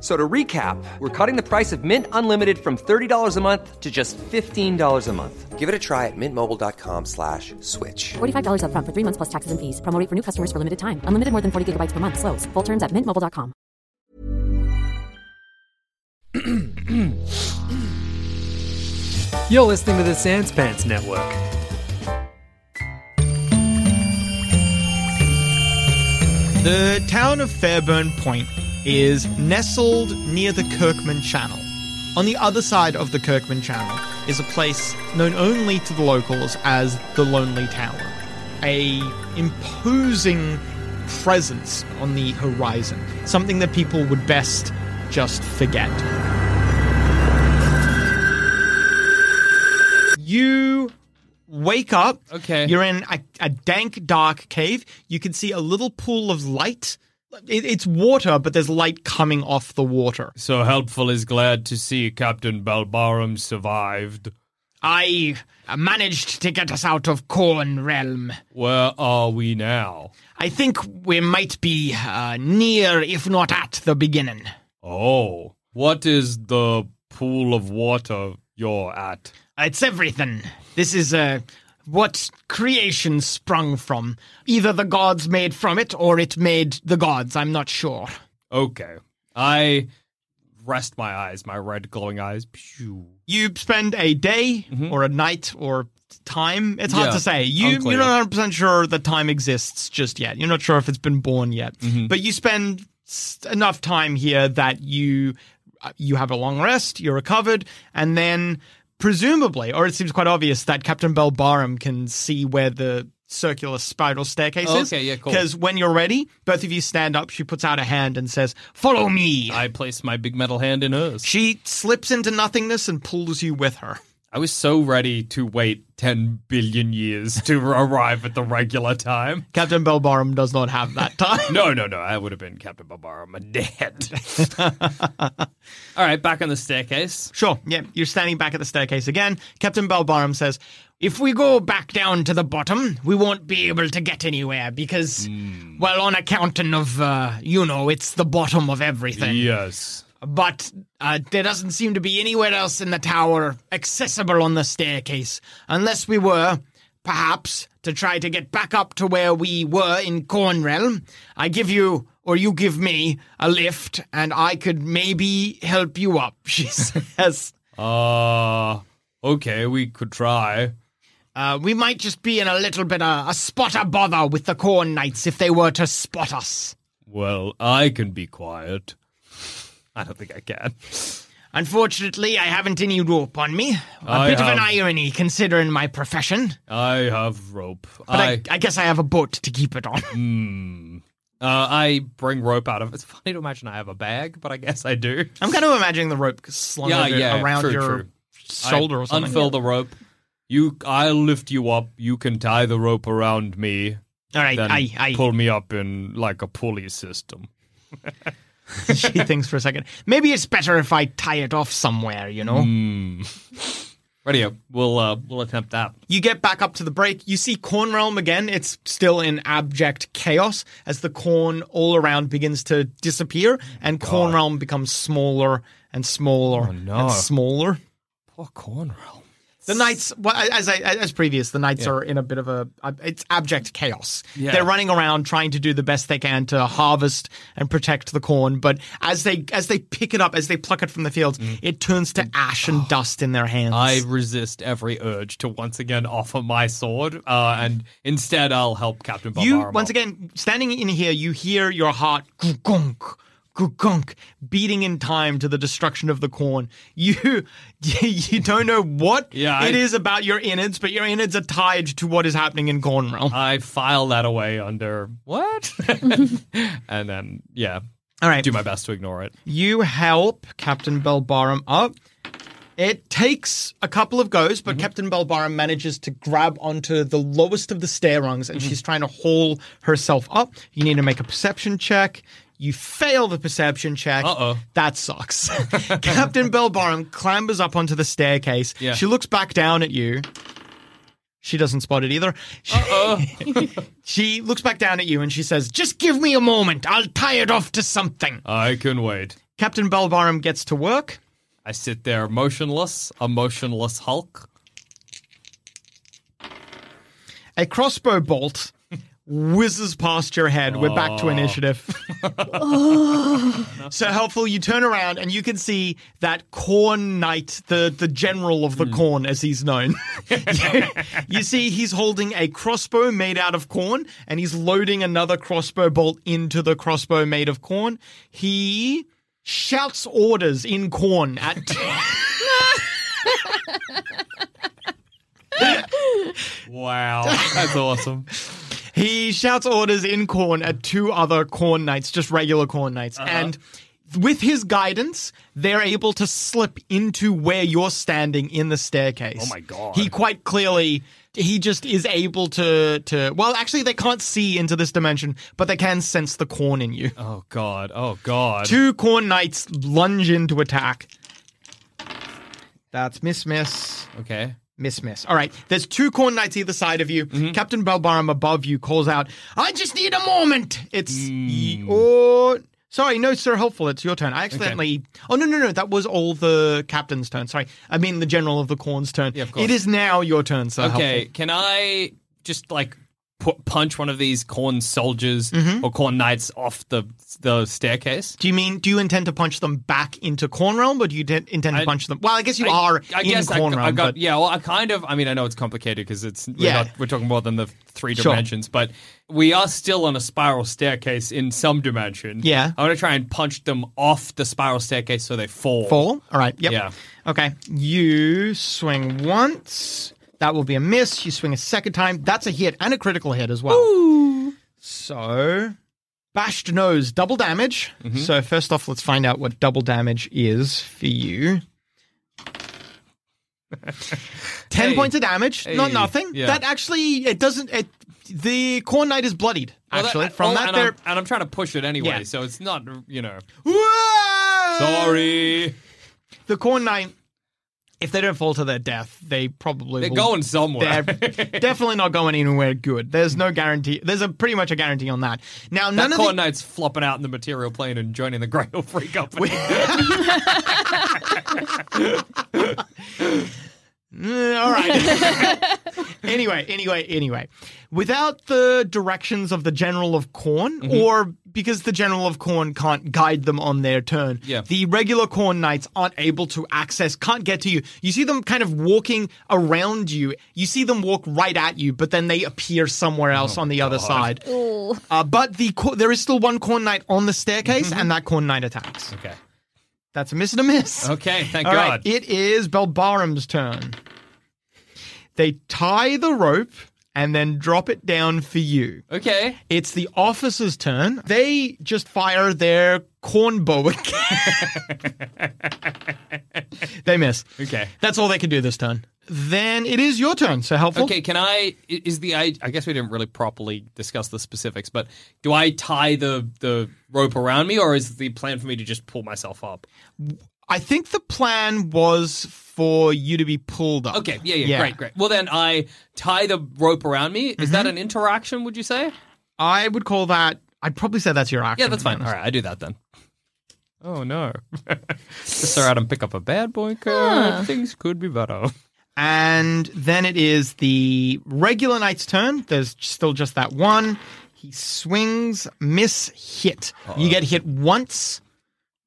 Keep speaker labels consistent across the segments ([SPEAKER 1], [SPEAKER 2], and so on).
[SPEAKER 1] So to recap, we're cutting the price of Mint Unlimited from $30 a month to just $15 a month. Give it a try at mintmobile.com slash switch.
[SPEAKER 2] $45 upfront for three months plus taxes and fees. Promo rate for new customers for limited time. Unlimited more than 40 gigabytes per month. Slows. Full terms at mintmobile.com.
[SPEAKER 3] You're listening to the Sans Pants Network.
[SPEAKER 4] The town of Fairburn Point is nestled near the Kirkman Channel. On the other side of the Kirkman Channel is a place known only to the locals as the Lonely Tower, a imposing presence on the horizon, something that people would best just forget. You wake up.
[SPEAKER 5] Okay.
[SPEAKER 4] You're in a, a dank, dark cave. You can see a little pool of light. It, it's water, but there's light coming off the water.
[SPEAKER 5] So helpful is glad to see Captain Balbarum survived.
[SPEAKER 4] I managed to get us out of Corn Realm.
[SPEAKER 5] Where are we now?
[SPEAKER 4] I think we might be uh, near, if not at, the beginning.
[SPEAKER 5] Oh, what is the pool of water you're at?
[SPEAKER 4] It's everything. This is uh, what creation sprung from. Either the gods made from it, or it made the gods. I'm not sure.
[SPEAKER 5] Okay. I rest my eyes, my red glowing eyes. Pew.
[SPEAKER 4] you spend a day or a night or time. It's hard
[SPEAKER 5] Mm-hmm. Yeah,
[SPEAKER 4] to say. You,
[SPEAKER 5] unclear.
[SPEAKER 4] you're not 100% sure that time exists just yet. You're not sure if it's been born yet.
[SPEAKER 5] Mm-hmm.
[SPEAKER 4] But you spend s- enough time here that you uh, you have a long rest, you're recovered, and then presumably, or it seems quite obvious that Captain Belbarum can see where the circular spiral staircase
[SPEAKER 5] Oh,
[SPEAKER 4] is.
[SPEAKER 5] okay, yeah, cool.
[SPEAKER 4] Because when you're ready, both of you stand up. She puts out a hand and says, "Follow me."
[SPEAKER 5] I place my big metal hand in hers.
[SPEAKER 4] she slips into nothingness and pulls you with her.
[SPEAKER 5] I was so ready to wait 10 billion years to arrive at the regular time.
[SPEAKER 4] Captain Belbarum does not have that time.
[SPEAKER 5] No, no, no. I would have been Captain Balbarum dead. All right, back on the staircase.
[SPEAKER 4] Sure, yeah, you're standing back at the staircase again. Captain Belbarum says, If we go back down to the bottom, we won't be able to get anywhere because, well, on account of, uh, you know, it's the bottom of everything.
[SPEAKER 5] Yes.
[SPEAKER 4] But uh, there doesn't seem to be anywhere else in the tower accessible on the staircase, unless we were, perhaps, to try to get back up to where we were in Cornrealm. I give you, or you give me, a lift, and I could maybe help you up, she says.
[SPEAKER 5] Uh okay, we could try.
[SPEAKER 4] Uh, we might just be in a little bit of a spot of bother with the Corn Knights if they were to spot us.
[SPEAKER 5] Well, I can be quiet. I don't think I can.
[SPEAKER 4] Unfortunately, I haven't any rope on me. A
[SPEAKER 5] I
[SPEAKER 4] bit of an
[SPEAKER 5] have-
[SPEAKER 4] irony considering my profession.
[SPEAKER 5] I have rope.
[SPEAKER 4] But
[SPEAKER 5] I
[SPEAKER 4] I, I guess I have a boat to keep it on.
[SPEAKER 5] uh, I bring rope out of. It's funny to imagine I have a bag, but I guess I do.
[SPEAKER 4] I'm kind of imagining the rope slung
[SPEAKER 5] Yeah,
[SPEAKER 4] over-
[SPEAKER 5] yeah,
[SPEAKER 4] around
[SPEAKER 5] true,
[SPEAKER 4] your
[SPEAKER 5] true.
[SPEAKER 4] shoulder
[SPEAKER 5] I
[SPEAKER 4] or something.
[SPEAKER 5] Unfurl the rope. You, I'll lift you up. You can tie the rope around me.
[SPEAKER 4] All right,
[SPEAKER 5] Then
[SPEAKER 4] I, I.
[SPEAKER 5] pull me up in like a pulley system.
[SPEAKER 4] she thinks for a second. Maybe it's better if I tie it off somewhere. You know.
[SPEAKER 5] Mm. Radio. We'll uh, we'll attempt that.
[SPEAKER 4] You get back up to the break. You see Corn Realm again. It's still in abject chaos as the corn all around begins to disappear, and Corn Realm becomes smaller and smaller
[SPEAKER 5] Oh, no.
[SPEAKER 4] and smaller.
[SPEAKER 5] Poor Cornrow.
[SPEAKER 4] The knights, well, as I, as previous, the knights are in a bit of a it's abject chaos.
[SPEAKER 5] Yeah.
[SPEAKER 4] They're running around trying to do the best they can to harvest and protect the corn, but as they as they pick it up, as they pluck it from the fields, it turns to ash and dust in their hands.
[SPEAKER 5] Mm. Oh. I resist every urge to once again offer my sword, uh, and instead I'll help Captain Bob.
[SPEAKER 4] you once again standing in here, you hear your heart gunk gunk beating in time to the destruction of the corn. You you don't know what
[SPEAKER 5] Yeah,
[SPEAKER 4] it
[SPEAKER 5] I-
[SPEAKER 4] is about your innards, but your innards are tied to what is happening in corn realm.
[SPEAKER 5] I file that away under what, and then yeah,
[SPEAKER 4] All right.
[SPEAKER 5] do my best to ignore it.
[SPEAKER 4] You help Captain Belbarum up. It takes a couple of goes,
[SPEAKER 5] Mm-hmm.
[SPEAKER 4] but Captain Belbarum manages to grab onto the lowest of the stair rungs
[SPEAKER 5] Mm-hmm.
[SPEAKER 4] and she's trying to haul herself up. You need to make a perception check. You fail the perception check.
[SPEAKER 5] Uh-oh.
[SPEAKER 4] That sucks. Captain Belbarum clambers up onto the staircase.
[SPEAKER 5] Yeah.
[SPEAKER 4] She looks back down at you. She doesn't spot it either. She-
[SPEAKER 5] Oh,
[SPEAKER 4] she looks back down at you and she says, Just give me a moment. I'll tie it off to something.
[SPEAKER 5] I can wait.
[SPEAKER 4] Captain Belbarum gets to work.
[SPEAKER 5] I sit there motionless, a motionless Hulk.
[SPEAKER 4] A crossbow bolt whizzes past your head. We're back to initiative. so helpful. You turn around and you can see that Corn Knight, the, the general of the corn, as he's known. you, you see, he's holding a crossbow made out of corn and he's loading another crossbow bolt into the crossbow made of corn. He shouts orders in corn at.
[SPEAKER 5] Wow, that's awesome.
[SPEAKER 4] He shouts orders in corn at two other corn knights, just regular corn knights.
[SPEAKER 5] Uh-huh.
[SPEAKER 4] And with his guidance, they're able to slip into where you're standing in the staircase.
[SPEAKER 5] Oh my God.
[SPEAKER 4] He quite clearly he just is able to to well actually they can't see into this dimension, but they can sense the corn in you.
[SPEAKER 5] Oh god. Oh god.
[SPEAKER 4] Two corn knights lunge in to attack. That's miss miss.
[SPEAKER 5] Okay.
[SPEAKER 4] Miss, miss. All right. There's two corn knights either side of you.
[SPEAKER 5] Mm-hmm.
[SPEAKER 4] Captain Balbarum above you calls out, I just need a moment. It's.
[SPEAKER 5] Mm.
[SPEAKER 4] y- oh, sorry. No, sir. Helpful. It's your turn. I accidentally. Oh, no, no, no. That was all the captain's turn. Sorry. I mean, the general of the corn's turn.
[SPEAKER 5] Yeah, of course.
[SPEAKER 4] It is now your turn, sir.
[SPEAKER 5] Okay,
[SPEAKER 4] Helpful.
[SPEAKER 5] can I just like put, punch one of these corn soldiers
[SPEAKER 4] Mm-hmm.
[SPEAKER 5] or corn knights off the the staircase?
[SPEAKER 4] Do you mean, do you intend to punch them back into Corn Realm, or do you de- intend to
[SPEAKER 5] I-
[SPEAKER 4] punch them? Well, I guess you
[SPEAKER 5] I-
[SPEAKER 4] are
[SPEAKER 5] I
[SPEAKER 4] in
[SPEAKER 5] guess I,
[SPEAKER 4] Corn
[SPEAKER 5] I
[SPEAKER 4] Realm.
[SPEAKER 5] got
[SPEAKER 4] but
[SPEAKER 5] yeah. Well, I kind of. I mean, I know it's complicated because it's we're,
[SPEAKER 4] Yeah.
[SPEAKER 5] not, we're talking more than the three
[SPEAKER 4] Sure.
[SPEAKER 5] dimensions, but we are still on a spiral staircase in some dimension.
[SPEAKER 4] Yeah.
[SPEAKER 5] I want to try and punch them off the spiral staircase so they fall.
[SPEAKER 4] Fall? All right. Yep.
[SPEAKER 5] Yeah.
[SPEAKER 4] Okay. You swing once. That will be a miss. You swing a second time. That's a hit and a critical hit as well. So, bashed nose, double damage.
[SPEAKER 5] Mm-hmm.
[SPEAKER 4] So, first off, let's find out what double damage is for you. 10
[SPEAKER 5] Hey.
[SPEAKER 4] points of damage, not
[SPEAKER 5] Hey.
[SPEAKER 4] nothing.
[SPEAKER 5] Yeah.
[SPEAKER 4] That actually, it doesn't. It, the Corn Knight is bloodied,
[SPEAKER 5] Well,
[SPEAKER 4] actually.
[SPEAKER 5] that-
[SPEAKER 4] From
[SPEAKER 5] well,
[SPEAKER 4] that,
[SPEAKER 5] and
[SPEAKER 4] there.
[SPEAKER 5] I'm, and I'm trying to push it anyway,
[SPEAKER 4] Yeah.
[SPEAKER 5] so it's not you know.
[SPEAKER 4] Whoa!
[SPEAKER 5] Sorry,
[SPEAKER 4] the corn knight if they don't fall to their death they probably
[SPEAKER 5] they're
[SPEAKER 4] will-
[SPEAKER 5] going somewhere.
[SPEAKER 4] they're definitely not going anywhere good there's no guarantee there's a pretty much a guarantee on that now none
[SPEAKER 5] that
[SPEAKER 4] of
[SPEAKER 5] corn
[SPEAKER 4] the,
[SPEAKER 5] knight's flopping out in the material plane and joining the Grail Free Company.
[SPEAKER 4] Mm, all right anyway anyway anyway without the directions of the general of corn or because the general of corn can't guide them on their turn
[SPEAKER 5] Yeah.
[SPEAKER 4] the regular corn knights aren't able to access can't get to you you see them kind of walking around you you see them walk right at you but then they appear somewhere else on the other side Uh, but the cor- there is still one corn knight on the staircase, and that corn knight attacks.
[SPEAKER 5] okay.
[SPEAKER 4] That's a miss and a miss.
[SPEAKER 5] Okay, thank
[SPEAKER 4] All right,
[SPEAKER 5] God.
[SPEAKER 4] it is Belbarum's turn. They tie the rope and then drop it down for you.
[SPEAKER 5] okay.
[SPEAKER 4] It's the officer's turn. They just fire their corn bow they miss.
[SPEAKER 5] Okay.
[SPEAKER 4] That's all they can do this turn. Then it is your turn. So helpful.
[SPEAKER 5] Okay, can I i- is the I I guess we didn't really properly discuss the specifics, but do I tie the the rope around me or is the plan for me to just pull myself up?
[SPEAKER 4] I think the plan was for you to be pulled up.
[SPEAKER 5] Okay, yeah, yeah, great, great. Well then I tie the rope around me. Is that an interaction, would you say?
[SPEAKER 4] I would call that. I'd probably say that's your action.
[SPEAKER 5] Yeah, that's fine. All right, I do that then. Oh no. Just so I don't pick up a bad boy card. Things could be better.
[SPEAKER 4] And then it is the regular knight's turn. There's still just that one. He swings, miss, hit.
[SPEAKER 5] Oh.
[SPEAKER 4] You get hit once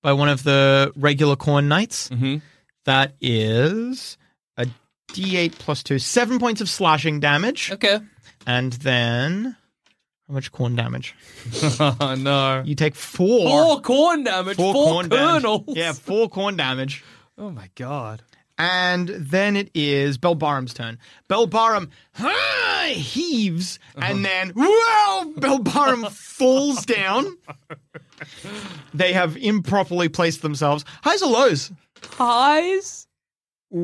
[SPEAKER 4] by one of the regular corn knights.
[SPEAKER 5] Mm-hmm.
[SPEAKER 4] That is a d8 plus two, seven points of slashing damage.
[SPEAKER 5] Okay.
[SPEAKER 4] And then how much corn damage?
[SPEAKER 5] Oh no.
[SPEAKER 4] You take four.
[SPEAKER 5] Four corn damage. Four, kernels.
[SPEAKER 4] damage. Yeah, four corn damage.
[SPEAKER 5] Oh my god.
[SPEAKER 4] And then it is Belbaram's turn. Belbaram "Huh," heaves,
[SPEAKER 5] Uh-huh.
[SPEAKER 4] and then whoa, Belbaram falls down. They have improperly placed themselves. Highs or lows?
[SPEAKER 5] Highs.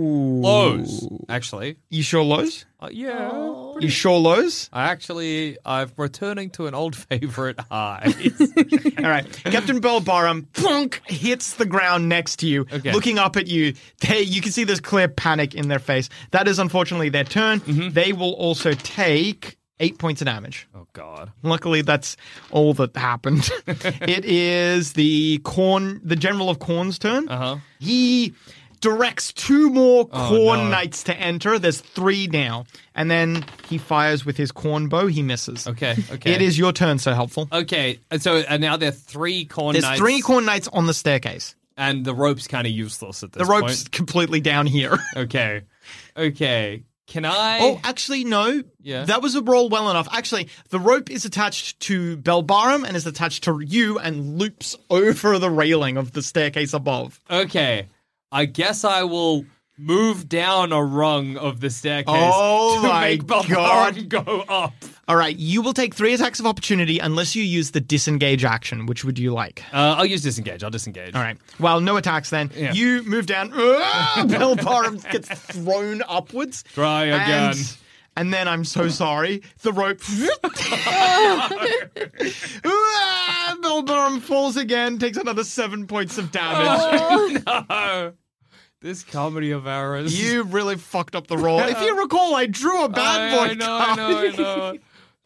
[SPEAKER 5] Lows. Actually.
[SPEAKER 4] You sure lows?
[SPEAKER 5] Uh, yeah.
[SPEAKER 4] You sure lows?
[SPEAKER 5] I actually, I'm returning to an old favorite high.
[SPEAKER 4] All right. Captain Belbarum plunk, hits the ground next to you,
[SPEAKER 5] Okay.
[SPEAKER 4] looking up at you. They, you can see this clear panic in their face. That is unfortunately their turn. They will also take eight points of damage.
[SPEAKER 5] Mm-hmm. oh god.
[SPEAKER 4] Luckily, that's all that happened. it is the corn, the general of corn's turn.
[SPEAKER 5] Uh-huh. Oh,
[SPEAKER 4] He directs two more corn
[SPEAKER 5] no.
[SPEAKER 4] knights to enter. There's three now, and then he fires with his corn bow. He misses.
[SPEAKER 5] Okay, okay.
[SPEAKER 4] It is your turn. So helpful.
[SPEAKER 5] Okay, and so and now there are three corn
[SPEAKER 4] There's
[SPEAKER 5] knights,
[SPEAKER 4] three corn knights on the staircase.
[SPEAKER 5] and the rope's kind of useless at
[SPEAKER 4] The
[SPEAKER 5] this
[SPEAKER 4] rope's completely down here.
[SPEAKER 5] point. Okay, okay. Can I?
[SPEAKER 4] Oh, actually, no.
[SPEAKER 5] Yeah.
[SPEAKER 4] That was a roll well enough. Actually, the rope is attached to Belbarum and is attached to you and loops over the railing of the staircase above.
[SPEAKER 5] okay, I guess I will move down a rung of the staircase.
[SPEAKER 4] Oh
[SPEAKER 5] to
[SPEAKER 4] my
[SPEAKER 5] make Balbaran go up.
[SPEAKER 4] All right, you will take three attacks of opportunity unless you use the disengage action, which would you like?
[SPEAKER 5] Uh, I'll use disengage. I'll disengage.
[SPEAKER 4] All right. Well, no attacks then.
[SPEAKER 5] Yeah.
[SPEAKER 4] You move down. Ah, Belbarum gets thrown upwards.
[SPEAKER 5] Try again.
[SPEAKER 4] And, and then I'm so sorry. The rope. Ah, Belbarum falls again, takes another seven points of damage.
[SPEAKER 5] Oh. no, this comedy of ours.
[SPEAKER 4] You really fucked up the roll. If you recall, I drew a bad
[SPEAKER 5] I,
[SPEAKER 4] boy
[SPEAKER 5] I know, I
[SPEAKER 4] card.
[SPEAKER 5] know, I know.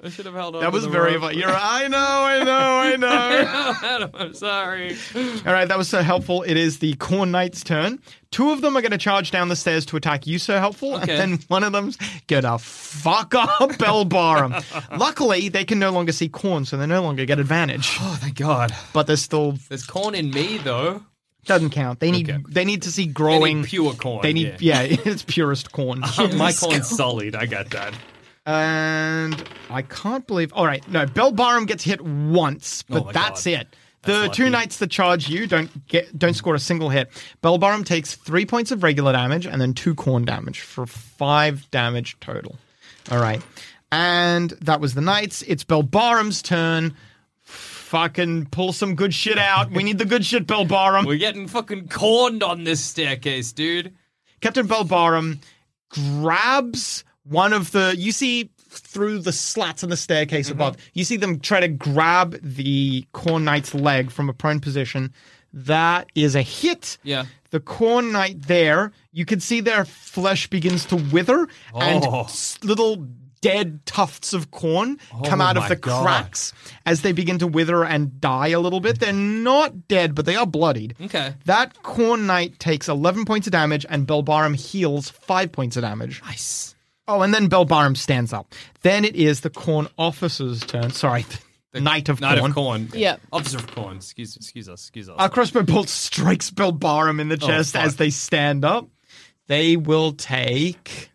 [SPEAKER 5] I should have held on.
[SPEAKER 4] That was very.
[SPEAKER 5] rope.
[SPEAKER 4] vi- You're. I know. I know. I know.
[SPEAKER 5] Adam, I'm sorry.
[SPEAKER 4] All right, that was so helpful. It is the Corn Knight's turn. Two of them are going to charge down the stairs to attack you, so helpful,
[SPEAKER 5] Okay.
[SPEAKER 4] and then one of them's going to fuck up Belbarum. Luckily, they can no longer see corn, so they no longer get advantage.
[SPEAKER 5] Oh, thank God.
[SPEAKER 4] But they're still
[SPEAKER 5] There's corn in me though.
[SPEAKER 4] doesn't count. They need
[SPEAKER 5] Okay.
[SPEAKER 4] they need to see
[SPEAKER 5] They
[SPEAKER 4] growing.
[SPEAKER 5] need pure corn.
[SPEAKER 4] They need yeah, it's purest corn.
[SPEAKER 5] My corn's sullied. I got that.
[SPEAKER 4] And I can't believe. All right, no, Belbarum gets hit once, but
[SPEAKER 5] Oh my
[SPEAKER 4] that's
[SPEAKER 5] God.
[SPEAKER 4] it. The
[SPEAKER 5] That's
[SPEAKER 4] two
[SPEAKER 5] lucky.
[SPEAKER 4] knights that charge you don't get don't score a single hit. Belbarum takes three points of regular damage and then two corn damage for five damage total. All right, and that was the knights. It's Belbarum's turn. Fucking pull some good shit out. We need the good shit, Belbarum.
[SPEAKER 5] We're getting fucking corned on this staircase, dude.
[SPEAKER 4] Captain Balbarum grabs one of the. You see through the slats in the staircase
[SPEAKER 5] Mm-hmm.
[SPEAKER 4] above, you see them try to grab the Corn Knight's leg from a prone position. That is a hit.
[SPEAKER 5] Yeah.
[SPEAKER 4] The Corn Knight there, you can see their flesh begins to wither and
[SPEAKER 5] Oh.
[SPEAKER 4] s- little dead tufts of corn come out of
[SPEAKER 5] my
[SPEAKER 4] the
[SPEAKER 5] God.
[SPEAKER 4] cracks as they begin to wither and die a little bit. They're not dead, but they are bloodied.
[SPEAKER 5] Okay.
[SPEAKER 4] That Corn Knight takes 11 points of damage and Belbarum heals 5 points of damage.
[SPEAKER 5] Nice.
[SPEAKER 4] Oh, and then Belbarum stands up. Then it is the Corn Officer's turn. Sorry, the Knight of
[SPEAKER 5] Knight
[SPEAKER 4] Corn. Ah,
[SPEAKER 5] of corn.
[SPEAKER 6] Yeah.
[SPEAKER 5] Officer of corn. Excuse, excuse us. Excuse us.
[SPEAKER 4] A crossbow bolt strikes Belbarum in the chest
[SPEAKER 5] fuck.
[SPEAKER 4] as they stand up. They will take.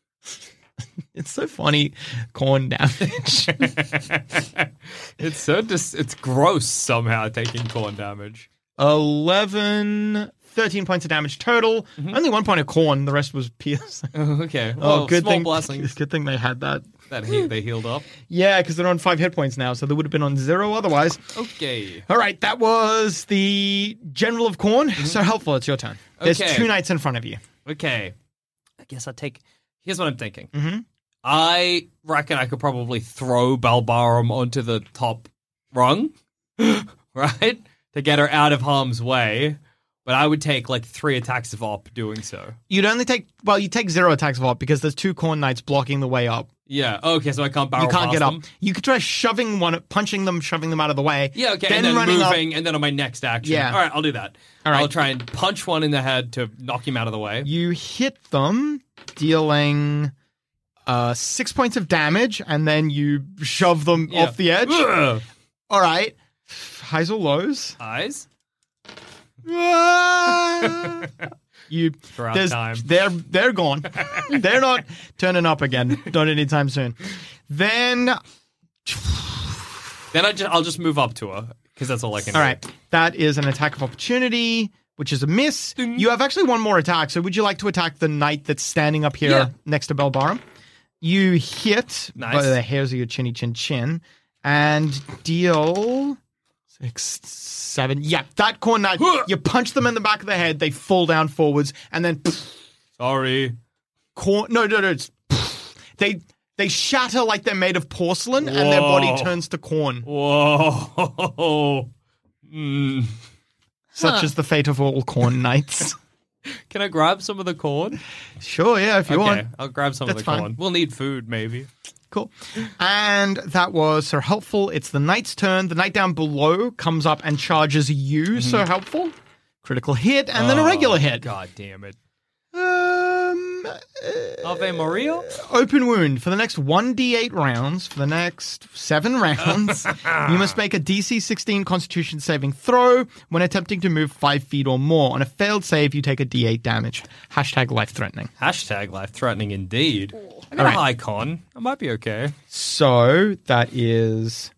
[SPEAKER 4] it's so funny, corn damage.
[SPEAKER 5] it's so dis- it's gross somehow taking corn damage.
[SPEAKER 4] 11, 13 points of damage total. Only one point of corn, the rest was piercing.
[SPEAKER 5] Mm-hmm. Oh, okay. Well,
[SPEAKER 4] good
[SPEAKER 5] small
[SPEAKER 4] thing.
[SPEAKER 5] blessings
[SPEAKER 4] Good thing they had that.
[SPEAKER 5] that he- they healed up.
[SPEAKER 4] Yeah, because they're on five hit points now, so they would have been on zero otherwise.
[SPEAKER 5] Okay.
[SPEAKER 4] All right, that was the General of Corn. So helpful, it's your turn. There's
[SPEAKER 5] Mm-hmm. Okay.
[SPEAKER 4] two knights in front of you.
[SPEAKER 5] Okay. I guess I take. Here's what I'm thinking. Mm-hmm. I reckon I could probably throw Balbarum onto the top rung, right? To get her out of harm's way. But I would take like three attacks of op doing so.
[SPEAKER 4] You'd only take, well, you take zero attacks of op because there's two Corn Knights blocking the way up.
[SPEAKER 5] Yeah. Okay, so I can't barrel
[SPEAKER 4] You can't
[SPEAKER 5] past
[SPEAKER 4] get up.
[SPEAKER 5] them.
[SPEAKER 4] You could try shoving one, punching them, shoving them out of the way.
[SPEAKER 5] Yeah, okay, and then moving, and then on my next action.
[SPEAKER 4] Yeah.
[SPEAKER 5] All right, I'll do that.
[SPEAKER 4] All right.
[SPEAKER 5] I'll try and punch one in the head to knock him out of the way.
[SPEAKER 4] You hit them, dealing uh, six points of damage, and then you shove them
[SPEAKER 5] Yeah.
[SPEAKER 4] off the edge.
[SPEAKER 5] Ugh.
[SPEAKER 4] All right. Highs or lows?
[SPEAKER 5] Eyes?
[SPEAKER 4] Ah. you
[SPEAKER 5] out
[SPEAKER 4] there's-
[SPEAKER 5] time.
[SPEAKER 4] they're they're gone. they're not turning up again. Not anytime soon. Then
[SPEAKER 5] Then I just, I'll just move up to her because that's all I can.
[SPEAKER 4] all
[SPEAKER 5] do.
[SPEAKER 4] right, that is an attack of opportunity, which is a miss. You have actually one more attack. So would you like to attack the knight that's standing up here
[SPEAKER 5] Yeah.
[SPEAKER 4] next to Belbarum? You hit
[SPEAKER 5] Nice.
[SPEAKER 4] by the hairs of your chinny chin chin and deal six, seven. Yeah, that corn knight. you punch them in the back of the head. They fall down forwards, and then.
[SPEAKER 5] Sorry.
[SPEAKER 4] cor- no no no it's, they they shatter like they're made of porcelain and their body
[SPEAKER 5] Whoa.
[SPEAKER 4] turns to corn
[SPEAKER 5] Whoa.
[SPEAKER 4] Hmm.
[SPEAKER 5] Mm.
[SPEAKER 4] such is the fate of all corn knights
[SPEAKER 5] Can I grab some of the corn?
[SPEAKER 4] sure yeah if you
[SPEAKER 5] okay,
[SPEAKER 4] want
[SPEAKER 5] I'll grab some
[SPEAKER 4] That's
[SPEAKER 5] of the
[SPEAKER 4] fine.
[SPEAKER 5] corn. We'll need food, maybe.
[SPEAKER 4] cool and that was sir helpful it's the knight's turn the knight down below comes up and charges you sir helpful critical hit and then a regular hit
[SPEAKER 5] God damn it.
[SPEAKER 4] um
[SPEAKER 5] Ave Maria?
[SPEAKER 4] open wound for the next 1d8 rounds, for the next seven rounds, you must make a DC 16 Constitution saving throw when attempting to move five feet or more. On a failed save, you take a d8 damage. Hashtag life threatening.
[SPEAKER 5] Hashtag life threatening indeed. I got
[SPEAKER 4] All right.
[SPEAKER 5] an icon. I might be okay.
[SPEAKER 4] So that is.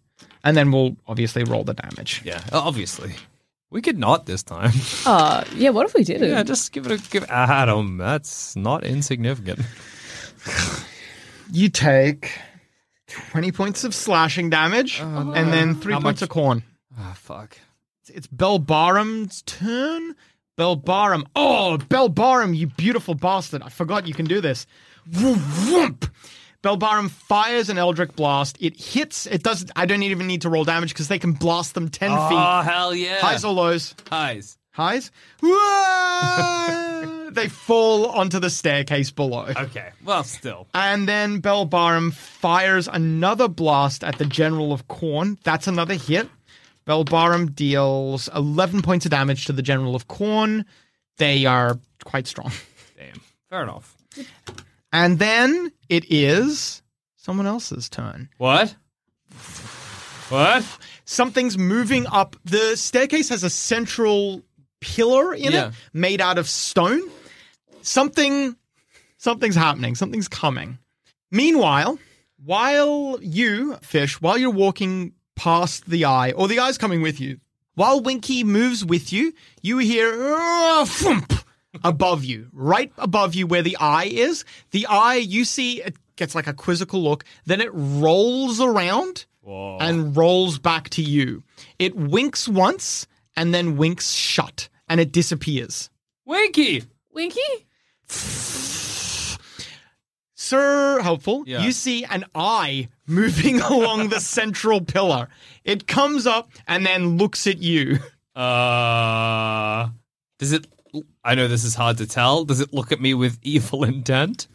[SPEAKER 4] And then we'll obviously roll the damage.
[SPEAKER 5] Yeah, obviously. We could not this time.
[SPEAKER 6] Uh, yeah, what if we did it?
[SPEAKER 5] yeah, just give it a give ah, Adam. That's not insignificant.
[SPEAKER 4] You take 20 points of slashing damage and then three points of corn.
[SPEAKER 5] Ah, fuck.
[SPEAKER 4] it's Belbarum's turn. Belbarum. Oh, Belbarum, you beautiful bastard. I forgot you can do this. Vroom, vroomp. Belbarum fires an Eldritch Blast. It hits. It does. I don't even need to roll damage because they can blast them 10 feet.
[SPEAKER 5] Oh hell yeah!
[SPEAKER 4] Highs or lows?
[SPEAKER 5] Highs.
[SPEAKER 4] Highs. Whoa! they fall onto the staircase below.
[SPEAKER 5] Okay. Well, still.
[SPEAKER 4] And then Belbarum fires another blast at the General of Corn. That's another hit. Belbarum deals 11 points of damage to the General of Corn. They are quite strong.
[SPEAKER 5] Damn. Fair enough.
[SPEAKER 4] And then it is someone else's turn.
[SPEAKER 5] What? What?
[SPEAKER 4] Something's moving up. The staircase has a central pillar in
[SPEAKER 5] Yeah.
[SPEAKER 4] it made out of stone. Something something's happening. Something's coming. Meanwhile, while you, Fish, while you're walking past the eye, or the eye's coming with you, while Winky moves with you, you hear "Ah, thump," above you, right above you where the eye is. The eye, you see, it gets like a quizzical look, then it rolls around and rolls back to you. It winks once and then winks shut and it disappears.
[SPEAKER 5] Winky.
[SPEAKER 6] Winky?
[SPEAKER 4] Sir Helpful,
[SPEAKER 5] Yeah.
[SPEAKER 4] you see an eye moving along the central pillar. It comes up and then looks at you.
[SPEAKER 5] Uh. Does it? I know this is hard to tell. Does it look at me with evil intent?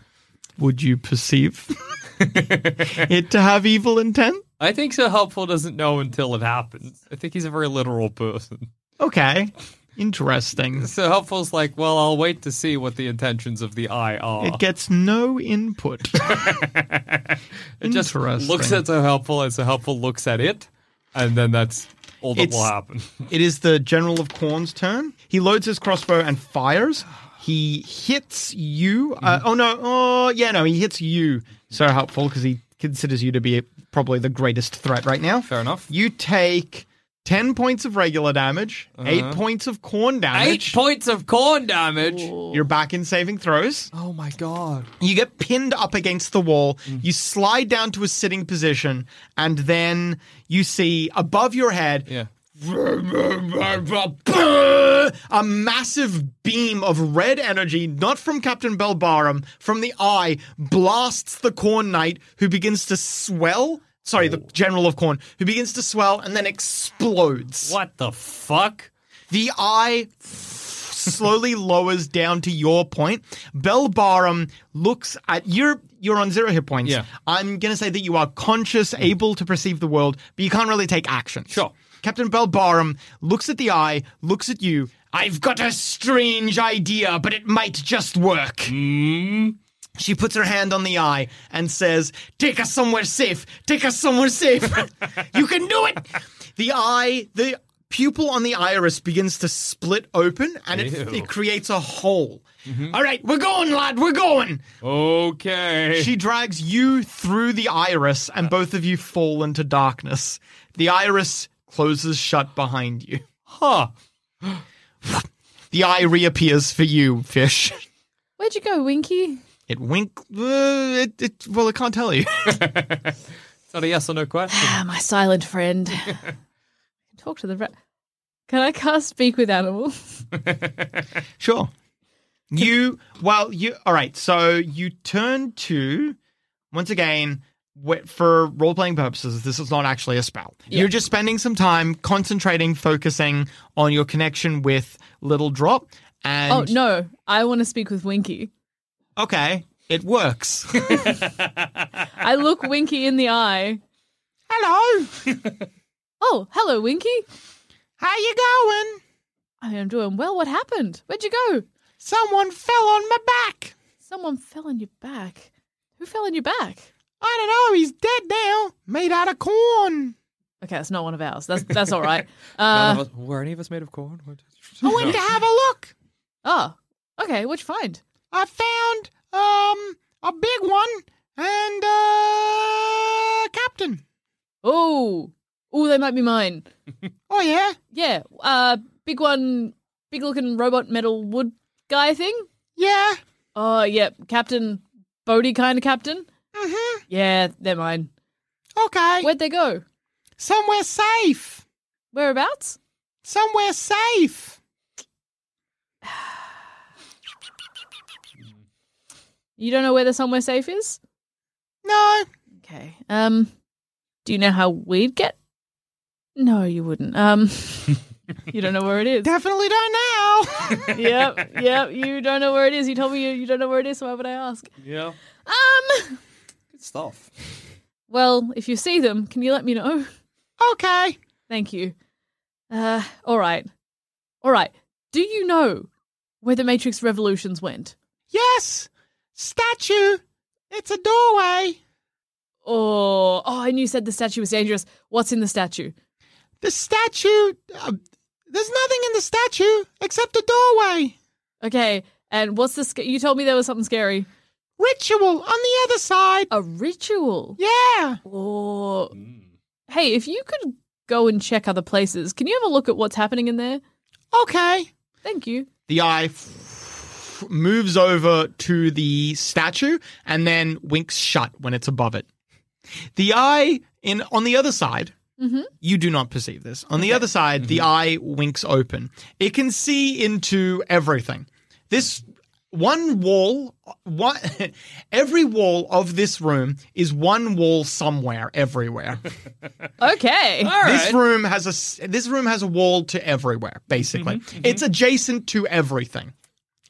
[SPEAKER 4] Would you perceive it to have evil intent?
[SPEAKER 5] I think so. Helpful doesn't know until it happens. I think he's a very literal person.
[SPEAKER 4] Okay. Interesting.
[SPEAKER 5] So helpful's like, well, I'll wait to see what the intentions of the eye are.
[SPEAKER 4] It gets no input.
[SPEAKER 5] It just
[SPEAKER 4] Interesting.
[SPEAKER 5] looks at so helpful, and so helpful looks at it, and then that's all that will
[SPEAKER 4] It's-
[SPEAKER 5] happen.
[SPEAKER 4] It is the General of Corn's turn. He loads his crossbow and fires. He hits you. Uh,
[SPEAKER 5] Mm-hmm.
[SPEAKER 4] oh no! Oh yeah, no. He hits you. So helpful because he considers you to be probably the greatest threat right now.
[SPEAKER 5] Fair enough.
[SPEAKER 4] You take ten points of regular damage, eight points of corn
[SPEAKER 5] Uh-huh. Eight
[SPEAKER 4] damage.
[SPEAKER 5] points of corn damage.
[SPEAKER 4] You're back in saving throws.
[SPEAKER 5] Oh my god.
[SPEAKER 4] You get pinned up against the wall.
[SPEAKER 5] Mm.
[SPEAKER 4] You slide down to a sitting position, and then you see above your head
[SPEAKER 5] Yeah.
[SPEAKER 4] a massive beam of red energy, not from Captain Belbarum, from the eye, blasts the Corn Knight, who begins to swell. Sorry,
[SPEAKER 5] Oh.
[SPEAKER 4] the General of Corn, who begins to swell and then explodes.
[SPEAKER 5] What the fuck?
[SPEAKER 4] The eye slowly lowers down to your point. Belbarum looks at you're you're on zero hit points.
[SPEAKER 5] Yeah. Hmm.
[SPEAKER 4] I'm gonna say that you are conscious, able to perceive the world, but you can't really take action.
[SPEAKER 5] Sure.
[SPEAKER 4] Captain Belbarum looks at the eye, looks at you. I've got a strange idea, but it might just work. She puts her hand on the eye and says, Take us somewhere safe. Take us somewhere safe. you can do it. The eye, the pupil on the iris begins to split open and it,
[SPEAKER 5] Ew.
[SPEAKER 4] it creates a hole. "All right, we're going, lad. We're going.
[SPEAKER 5] Okay.
[SPEAKER 4] She drags you through the iris and both of you fall into darkness. The iris closes shut behind you.
[SPEAKER 5] huh.
[SPEAKER 4] The eye reappears for you, fish.
[SPEAKER 6] Where'd you go, Winky?
[SPEAKER 4] It wink. Uh, it, it, well, it can't tell you.
[SPEAKER 5] Is that a yes or no question?
[SPEAKER 6] Ah, my silent friend. Talk to the rat. Can I cast speak with animals?
[SPEAKER 4] Sure. You well, you all right. So you turn to once again wh- for role playing purposes. This is not actually a spell. You're just spending some time concentrating, focusing on your connection with Little Drop. And
[SPEAKER 6] oh no, I want to speak with Winky.
[SPEAKER 4] okay, it works.
[SPEAKER 6] I look Winky in the eye.
[SPEAKER 4] Hello,
[SPEAKER 6] Oh, hello, Winky.
[SPEAKER 4] how you going?
[SPEAKER 6] I mean, I'm doing well. What happened? Where'd you go?
[SPEAKER 4] Someone fell on my back.
[SPEAKER 6] Someone fell on your back. Who fell on your back?
[SPEAKER 4] I don't know. He's dead now. Made out of corn.
[SPEAKER 6] Okay, that's not one of ours. That's that's all right.
[SPEAKER 5] None
[SPEAKER 6] Uh,
[SPEAKER 5] of us- were any of us made of corn?
[SPEAKER 4] I went to have a look.
[SPEAKER 6] oh, okay. What'd you find?
[SPEAKER 4] I found um a big one and uh captain.
[SPEAKER 6] Oh, oh, they might be mine.
[SPEAKER 4] Oh yeah.
[SPEAKER 6] Yeah, uh, big one, big looking robot metal wood guy thing.
[SPEAKER 4] Yeah.
[SPEAKER 6] Oh, yeah, Captain Bodie kind of captain.
[SPEAKER 4] Mhm.
[SPEAKER 6] Yeah, they're mine.
[SPEAKER 4] Okay.
[SPEAKER 6] Where'd they go?
[SPEAKER 4] Somewhere safe.
[SPEAKER 6] Whereabouts?
[SPEAKER 4] Somewhere safe.
[SPEAKER 6] You don't know where the somewhere safe is?
[SPEAKER 4] No.
[SPEAKER 6] Okay. Um, do you know how we'd get? No, you wouldn't. Um, you don't know where it is.
[SPEAKER 4] Definitely don't now.
[SPEAKER 6] yep, yep. You don't know where it is. You told me you, you don't know where it is. So why would I ask?
[SPEAKER 5] Yeah.
[SPEAKER 6] Um.
[SPEAKER 5] Good stuff.
[SPEAKER 6] Well, if you see them, can you let me know?
[SPEAKER 4] okay.
[SPEAKER 6] Thank you. Uh. All right. All right. Do you know where the Matrix Revolutions went?
[SPEAKER 4] Yes. Statue. It's a doorway.
[SPEAKER 6] Oh. Oh. And you said the statue was dangerous. What's in the statue?
[SPEAKER 4] The statue. Uh, there's nothing in the statue except a doorway.
[SPEAKER 6] Okay. And what's the? sca- You told me there was something scary.
[SPEAKER 4] Ritual on the other side.
[SPEAKER 6] A ritual.
[SPEAKER 4] Yeah.
[SPEAKER 6] Or hey, if you could go and check other places, can you have a look at what's happening in there?
[SPEAKER 4] Okay.
[SPEAKER 6] Thank you.
[SPEAKER 4] the eye moves over to the statue and then winks shut when it's above it. The eye in on the other side. You do not perceive this. On the other side, the eye winks open. It can see into everything. This one wall, one, every wall of this room is one wall somewhere, everywhere.
[SPEAKER 6] Okay.
[SPEAKER 4] This room has a s- this room has a wall to everywhere. Basically, it's adjacent to everything.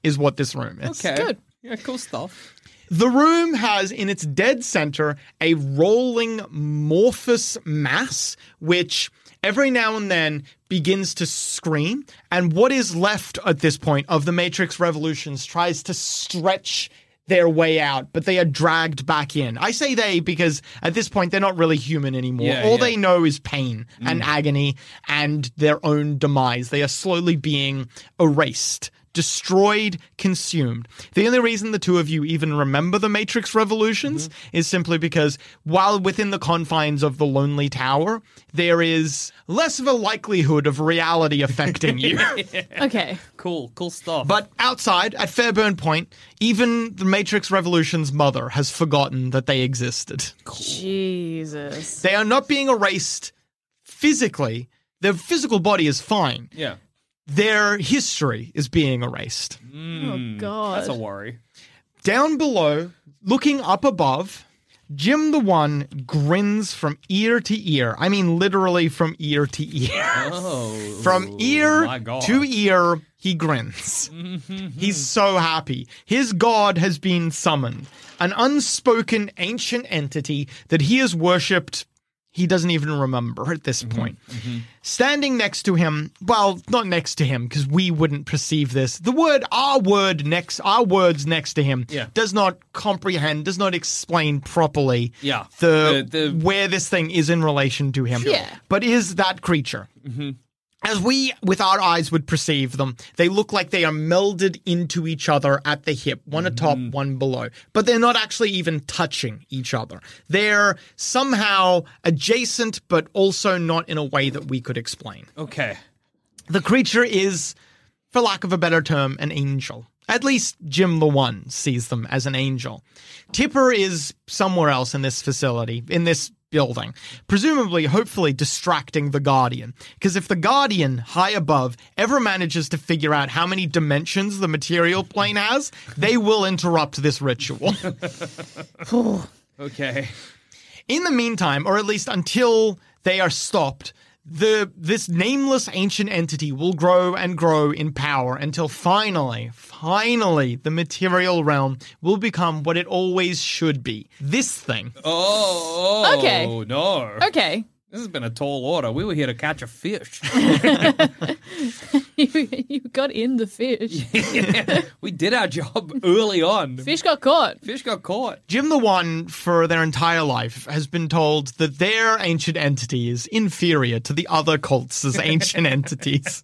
[SPEAKER 4] Is what this room is.
[SPEAKER 5] Okay.
[SPEAKER 6] Good.
[SPEAKER 5] Yeah, cool stuff.
[SPEAKER 4] The room has in its dead center a rolling morphous mass, which every now and then begins to scream. And what is left at this point of the Matrix Revolutions tries to stretch their way out, but they are dragged back in. I say they because at this point they're not really human anymore.
[SPEAKER 5] Yeah,
[SPEAKER 4] All
[SPEAKER 5] yeah. Mm.
[SPEAKER 4] they know is pain and agony and their own demise. They are slowly being erased, destroyed, consumed. The only reason the two of you even remember the Matrix Revolutions is simply because while within the confines of the Lonely Tower, there is less of a likelihood of reality affecting you.
[SPEAKER 6] Okay.
[SPEAKER 5] Cool. Cool stuff.
[SPEAKER 4] But outside, at Fairburn Point, even the Matrix Revolution's mother has forgotten that they existed.
[SPEAKER 6] Jesus.
[SPEAKER 4] They are not being erased physically. Their physical body is fine.
[SPEAKER 5] yeah.
[SPEAKER 4] Their history is being erased.
[SPEAKER 6] Oh God.
[SPEAKER 5] That's a worry.
[SPEAKER 4] Down below, looking up above, Jim the One grins from ear to ear. I mean, literally from ear to ear.
[SPEAKER 5] Oh,
[SPEAKER 4] From ear
[SPEAKER 5] my God.
[SPEAKER 4] to ear, he grins. He's so happy. His god has been summoned, an unspoken ancient entity that he has worshipped. He doesn't even remember at this
[SPEAKER 5] Mm-hmm.
[SPEAKER 4] point. Standing next to him, well, not next to him, because we wouldn't perceive this. The word, our word next, our words next to him,
[SPEAKER 5] Yeah.
[SPEAKER 4] does not comprehend, does not explain properly
[SPEAKER 5] Yeah.
[SPEAKER 4] the,
[SPEAKER 5] The- the-
[SPEAKER 4] where this thing is in relation to him.
[SPEAKER 6] Yeah.
[SPEAKER 4] But is that creature? As we, with our eyes, would perceive them, they look like they are melded into each other at the hip, one atop, one below. But they're not actually even touching each other. They're somehow adjacent, but also not in a way that we could explain.
[SPEAKER 5] Okay.
[SPEAKER 4] The creature is, for lack of a better term, an angel. At least Jim the One sees them as an angel. Tipper is somewhere else in this facility, in this building, presumably, hopefully, distracting the Guardian. Because if the Guardian high above ever manages to figure out how many dimensions the material plane has, they will interrupt this ritual.
[SPEAKER 5] Okay.
[SPEAKER 4] In the meantime, or at least until they are stopped, the this nameless ancient entity will grow and grow in power until finally, finally, the material realm will become what it always should be. This thing.
[SPEAKER 5] Oh, oh,
[SPEAKER 6] Okay.
[SPEAKER 5] no.
[SPEAKER 6] Okay.
[SPEAKER 5] This has been a tall order. We were here to catch a fish.
[SPEAKER 6] you, you got in the fish.
[SPEAKER 5] we did our job early on.
[SPEAKER 6] Fish got caught.
[SPEAKER 5] Fish got caught.
[SPEAKER 4] Jim the One, for their entire life, has been told that their ancient entity is inferior to the other cults' as ancient entities.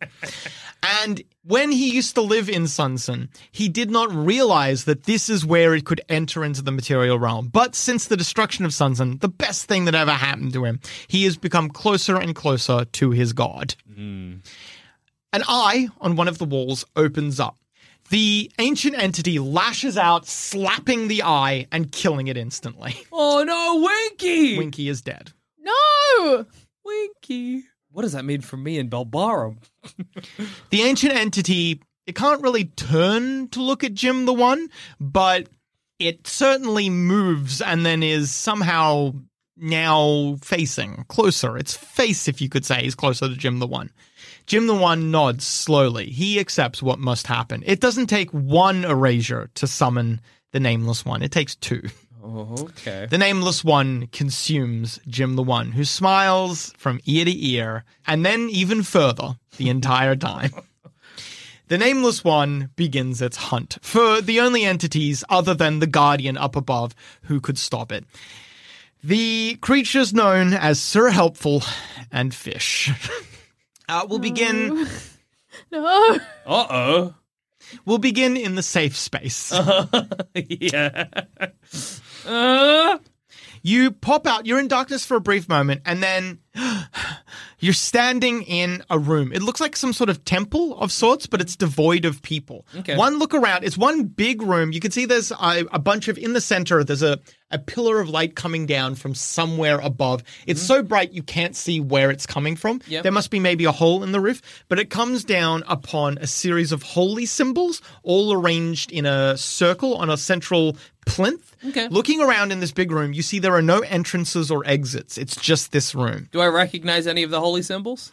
[SPEAKER 4] And when he used to live in Sunsun, he did not realize that this is where it could enter into the material realm. But since the destruction of Sunsun, the best thing that ever happened to him, he has become closer and closer to his god. An eye on one of the walls opens up. The ancient entity lashes out, slapping the eye and killing it instantly.
[SPEAKER 5] Oh no, Winky!
[SPEAKER 4] Winky is dead.
[SPEAKER 6] No!
[SPEAKER 5] Winky. What does that mean for me in Belbarum?
[SPEAKER 4] The ancient entity, it can't really turn to look at Jim the One, but it certainly moves and then is somehow now facing closer. Its face, if you could say, is closer to Jim the One. Jim the One nods slowly. He accepts what must happen. It doesn't take one erasure to summon the Nameless One, it takes two.
[SPEAKER 5] Oh, Okay.
[SPEAKER 4] The nameless one consumes Jim the One, who smiles from ear to ear, and then even further the entire time. The nameless one begins its hunt for the only entities other than the Guardian up above who could stop it. The creatures known as Sir Helpful and Fish uh, will begin.
[SPEAKER 6] No!
[SPEAKER 5] Uh oh.
[SPEAKER 4] Will begin in the safe space.
[SPEAKER 5] yeah. Uh,
[SPEAKER 4] You pop out, you're in darkness for a brief moment, and then you're standing in a room. It looks like some sort of temple of sorts, but it's devoid of people.
[SPEAKER 5] Okay.
[SPEAKER 4] One look around, it's one big room. You can see there's a, a bunch of, in the center, there's a, a pillar of light coming down from somewhere above. It's
[SPEAKER 5] Mm-hmm.
[SPEAKER 4] so bright you can't see where it's coming from. There must be maybe a hole in the roof, but it comes down upon a series of holy symbols, all arranged in a circle on a central plinth.
[SPEAKER 5] Okay.
[SPEAKER 4] Looking around in this big room, you see there are no entrances or exits. It's just this room.
[SPEAKER 5] do I recognize any of the holy symbols?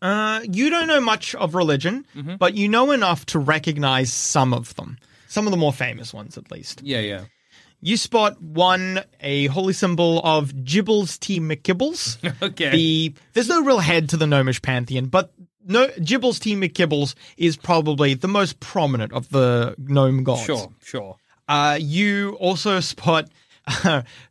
[SPEAKER 4] Uh, you don't know much of religion,
[SPEAKER 5] Mm-hmm.
[SPEAKER 4] but you know enough to recognize some of them. Some of the more famous ones, at least.
[SPEAKER 5] Yeah, yeah.
[SPEAKER 4] You spot one, a holy symbol of Gibbles T. McKibbles.
[SPEAKER 5] Okay.
[SPEAKER 4] The, there's no real head to the Gnomish pantheon, but no Gibbles T. McKibbles is probably the most prominent of the gnome gods.
[SPEAKER 5] Sure, sure.
[SPEAKER 4] Uh, you also spot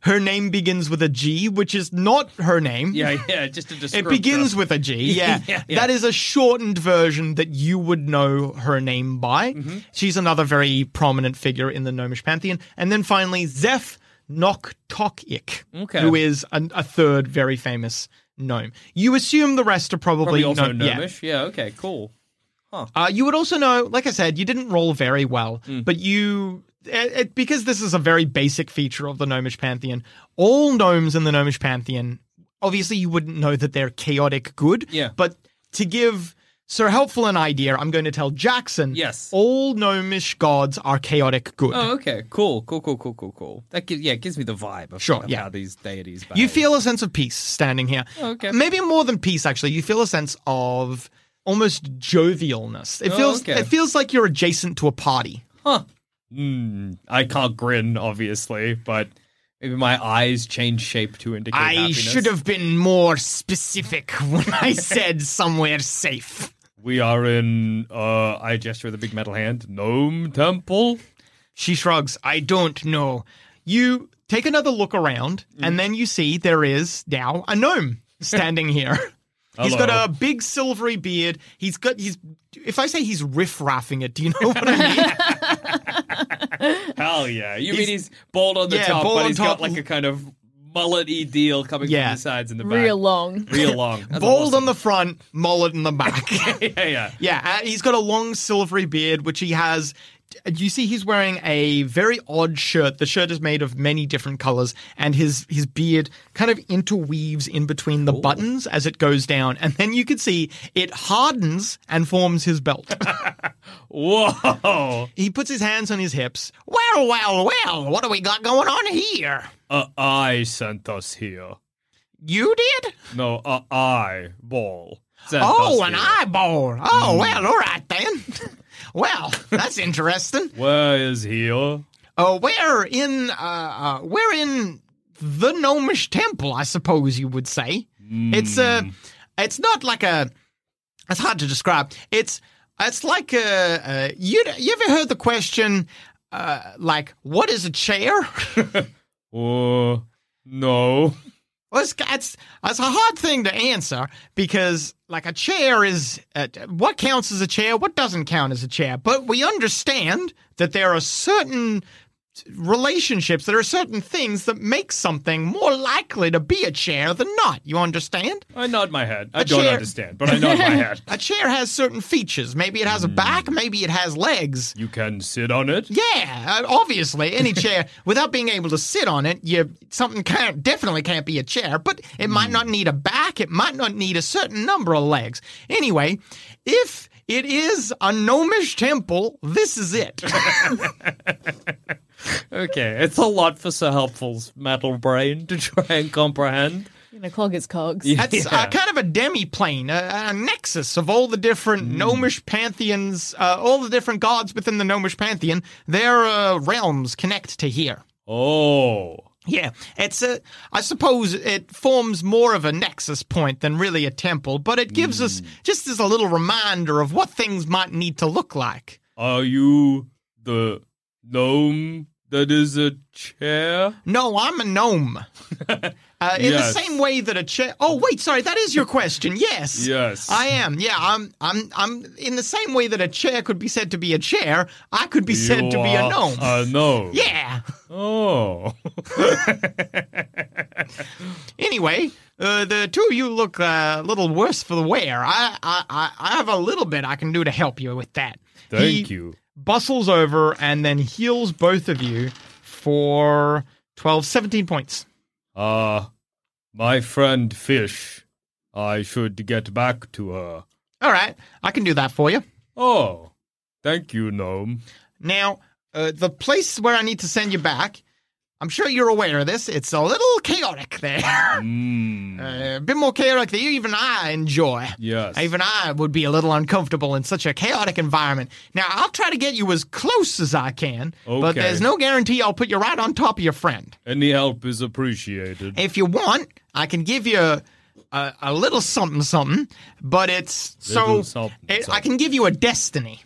[SPEAKER 4] her name begins with a G, which is not her name.
[SPEAKER 5] Yeah, yeah. Just a descriptor.
[SPEAKER 4] It begins with a G. Yeah.
[SPEAKER 5] Yeah, yeah.
[SPEAKER 4] That is a shortened version that you would know her name by.
[SPEAKER 5] Mm-hmm.
[SPEAKER 4] She's another very prominent figure in the Gnomish pantheon. And then finally, Zeph Noktokik,
[SPEAKER 5] Okay.
[SPEAKER 4] who is a, a third very famous gnome. You assume the rest are probably,
[SPEAKER 5] probably also
[SPEAKER 4] gno- yeah.
[SPEAKER 5] gnomish. Yeah. Okay. Cool.
[SPEAKER 4] Uh, you would also know, like I said, you didn't roll very well,
[SPEAKER 5] Hmm.
[SPEAKER 4] but you. It, it- because this is a very basic feature of the Gnomish Pantheon, all gnomes in the Gnomish Pantheon, obviously you wouldn't know that they're chaotic good,
[SPEAKER 5] Yeah.
[SPEAKER 4] but to give So helpful an idea, I'm going to tell Jackson.
[SPEAKER 5] Yes.
[SPEAKER 4] All gnomish gods are chaotic good.
[SPEAKER 5] Oh, okay. Cool. Cool. Cool. Cool. Cool. Cool. That gives, yeah it gives me the vibe of,
[SPEAKER 4] Sure,
[SPEAKER 5] of
[SPEAKER 4] yeah.
[SPEAKER 5] how these deities. Behave.
[SPEAKER 4] You feel a sense of peace standing here.
[SPEAKER 5] Oh, Okay.
[SPEAKER 4] Maybe more than peace, actually. You feel a sense of almost jovialness. It
[SPEAKER 5] Oh,
[SPEAKER 4] feels
[SPEAKER 5] okay.
[SPEAKER 4] it feels like you're adjacent to a party.
[SPEAKER 5] Mm, I can't grin, obviously, but maybe my eyes change shape to indicate.
[SPEAKER 4] I
[SPEAKER 5] happiness.
[SPEAKER 4] should have been more specific when I said somewhere safe.
[SPEAKER 5] We are in. uh I gesture with a big metal hand. Gnome temple.
[SPEAKER 4] She shrugs. I don't know. You take another look around,
[SPEAKER 5] Mm.
[SPEAKER 4] and then you see there is now a gnome standing here. He's
[SPEAKER 5] Hello.
[SPEAKER 4] got a big silvery beard. He's got he's. If I say he's riff-raffing it, do you know what I mean?
[SPEAKER 5] Hell yeah! You mean he's bald on the
[SPEAKER 4] Yeah,
[SPEAKER 5] top,
[SPEAKER 4] bald
[SPEAKER 5] but
[SPEAKER 4] on
[SPEAKER 5] he's
[SPEAKER 4] top.
[SPEAKER 5] got like a kind of mullet-y deal coming
[SPEAKER 4] Yeah.
[SPEAKER 5] from the sides and the back.
[SPEAKER 6] Real long.
[SPEAKER 5] real long. That's
[SPEAKER 4] Bald on
[SPEAKER 5] awesome.
[SPEAKER 4] the front, mullet in the back.
[SPEAKER 5] yeah, yeah.
[SPEAKER 4] yeah, uh, he's got a long silvery beard, which he has. You see, he's wearing a very odd shirt. The shirt is made of many different colors, and his his beard kind of interweaves in between the buttons as it goes down, and then you can see it hardens and forms his belt.
[SPEAKER 5] Whoa.
[SPEAKER 4] he puts his hands on his hips. Well, well, well. What do we got going on here?
[SPEAKER 5] Uh, I sent us here.
[SPEAKER 4] You did?
[SPEAKER 5] No, uh, I ball. Sent
[SPEAKER 4] Oh,
[SPEAKER 5] us
[SPEAKER 4] an
[SPEAKER 5] here.
[SPEAKER 4] eyeball. Oh, well, all right then. Well, that's interesting.
[SPEAKER 5] Where is here?
[SPEAKER 4] Uh, we're in, uh, uh, we're in the gnomish temple, I suppose you would say. It's uh it's not like a. It's hard to describe. It's it's like a. Uh, you you ever heard the question, uh, like what is a chair?
[SPEAKER 5] Uh, no.
[SPEAKER 4] Well, it's, it's, it's a hard thing to answer because, like, a chair is uh, what counts as a chair, what doesn't count as a chair. But we understand that there are certain relationships, there are certain things that make something more likely to be a chair than not. You understand?
[SPEAKER 5] I nod my head. I
[SPEAKER 4] A
[SPEAKER 5] don't
[SPEAKER 4] chair.
[SPEAKER 5] understand, but I nod my head.
[SPEAKER 4] A chair has certain features. Maybe it has a back, maybe it has legs.
[SPEAKER 5] You can sit on it.
[SPEAKER 4] Yeah, uh, obviously, any chair without being able to sit on it, you something can't definitely can't be a chair. But it might not need a back. It might not need a certain number of legs. Anyway, if it is a gnomish temple, this is it.
[SPEAKER 5] Okay, it's a lot for Sir Helpful's metal brain to try and comprehend.
[SPEAKER 6] You're gonna clog his cogs.
[SPEAKER 4] That's uh, kind of a demi-plane, a, a nexus of all the different gnomish pantheons, uh, all the different gods within the gnomish pantheon. Their uh, realms connect to here.
[SPEAKER 5] Oh.
[SPEAKER 4] Yeah, it's a. I suppose it forms more of a nexus point than really a temple, but it gives us just as a little reminder of what things might need to look like.
[SPEAKER 5] Are you the gnome that is a chair?
[SPEAKER 4] No, I'm a gnome. Uh, in
[SPEAKER 5] Yes.
[SPEAKER 4] the same way that a chair. Oh, wait, sorry, that is your question. Yes.
[SPEAKER 5] Yes.
[SPEAKER 4] I am. Yeah, I'm. I'm. I'm. In the same way that a chair could be said to be a chair, I could be said to be a gnome.
[SPEAKER 5] A gnome.
[SPEAKER 4] yeah.
[SPEAKER 5] Oh.
[SPEAKER 4] Anyway, uh, the two of you look uh, a little worse for the wear. I, I, I, I have a little bit I can do to help you with that.
[SPEAKER 5] Thank
[SPEAKER 4] He
[SPEAKER 5] you.
[SPEAKER 4] Bustles over and then heals both of you for 12, 17 points.
[SPEAKER 5] Ah, my friend Fish. I should get back to her.
[SPEAKER 4] All right, I can do that for you.
[SPEAKER 5] Oh, thank you, gnome.
[SPEAKER 4] Now, uh, the place where I need to send you back, I'm sure you're aware of this. It's a little chaotic there. Uh, a bit more chaotic than even I enjoy.
[SPEAKER 5] Mm, Yes.
[SPEAKER 4] Even I would be a little uncomfortable in such a chaotic environment. Now, I'll try to get you as close as I can, but
[SPEAKER 5] Okay.
[SPEAKER 4] there's no guarantee I'll put you right on top of your friend.
[SPEAKER 5] Any help is appreciated.
[SPEAKER 4] If you want, I can give you a, a, a little something something, but it's so
[SPEAKER 5] Little something,
[SPEAKER 4] it- I
[SPEAKER 5] something.
[SPEAKER 4] can give you a destiny.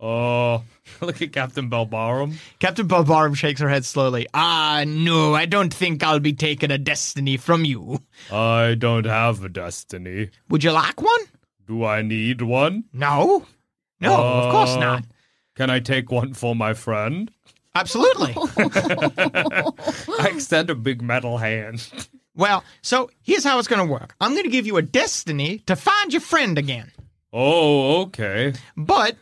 [SPEAKER 5] Oh, look at Captain Balbarum.
[SPEAKER 4] Captain Barbarum shakes her head slowly. Ah, no, I don't think I'll be taking a destiny from you.
[SPEAKER 5] I don't have a destiny.
[SPEAKER 4] Would you like one?
[SPEAKER 5] Do I need one?
[SPEAKER 4] No. No, of course not.
[SPEAKER 5] Can I take one for my friend?
[SPEAKER 4] Absolutely.
[SPEAKER 5] I extend a big metal hand.
[SPEAKER 4] Well, so here's how it's going to work. I'm going to give you a destiny to find your friend again.
[SPEAKER 5] Oh, okay.
[SPEAKER 4] But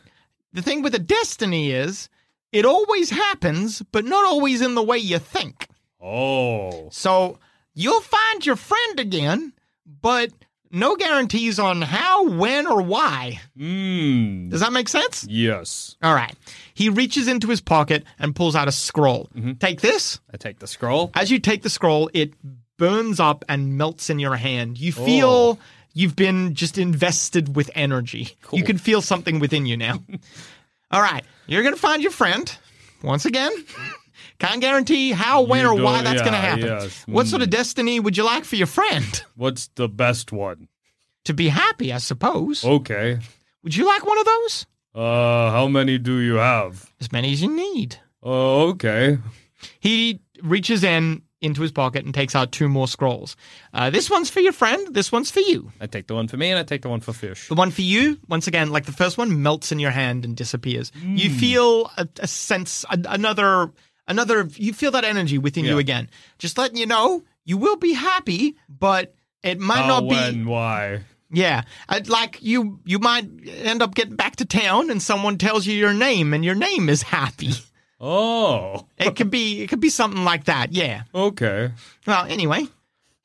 [SPEAKER 4] the thing with a destiny is it always happens, but not always in the way you think.
[SPEAKER 5] Oh.
[SPEAKER 4] So you'll find your friend again, but no guarantees on how, when, or why.
[SPEAKER 5] Mmm.
[SPEAKER 4] Does that make sense?
[SPEAKER 5] Yes.
[SPEAKER 4] All right. He reaches into his pocket and pulls out a scroll.
[SPEAKER 5] Mm-hmm.
[SPEAKER 4] Take this.
[SPEAKER 5] I take the scroll.
[SPEAKER 4] As you take the scroll, it burns up and melts in your hand. You
[SPEAKER 5] Oh.
[SPEAKER 4] feel you've been just invested with energy. You can feel something within you now. All right. You're going to find your friend once again. Can't guarantee how, when,
[SPEAKER 5] You
[SPEAKER 4] or why
[SPEAKER 5] don't-
[SPEAKER 4] that's going to
[SPEAKER 5] yeah,
[SPEAKER 4] happen.
[SPEAKER 5] yes. Mm.
[SPEAKER 4] What sort of destiny would you like for your friend?
[SPEAKER 5] What's the best one?
[SPEAKER 4] to be happy, I
[SPEAKER 5] Oh.
[SPEAKER 4] suppose.
[SPEAKER 5] Okay.
[SPEAKER 4] Would you like one of those?
[SPEAKER 5] Uh, how many do you have?
[SPEAKER 4] As many as you need.
[SPEAKER 5] Oh, okay.
[SPEAKER 4] He reaches in into his pocket and takes out two more scrolls. Uh, this one's for your friend. This one's for you.
[SPEAKER 5] I take the one for me and I take the one for fish.
[SPEAKER 4] The one for you, once again, like the first one, melts in your hand and disappears. You
[SPEAKER 5] Hmm.
[SPEAKER 4] feel a, a sense, a, another, another. You feel that energy within you
[SPEAKER 5] Yeah.
[SPEAKER 4] again. Just letting you know, you will be happy, but it might
[SPEAKER 5] How,
[SPEAKER 4] not be.
[SPEAKER 5] when, why?
[SPEAKER 4] Yeah, I'd like you, you might end up getting back to town, and someone tells you your name, and your name is happy.
[SPEAKER 5] Oh,
[SPEAKER 4] it could be, it could be something like that. Yeah.
[SPEAKER 5] okay.
[SPEAKER 4] Well, anyway,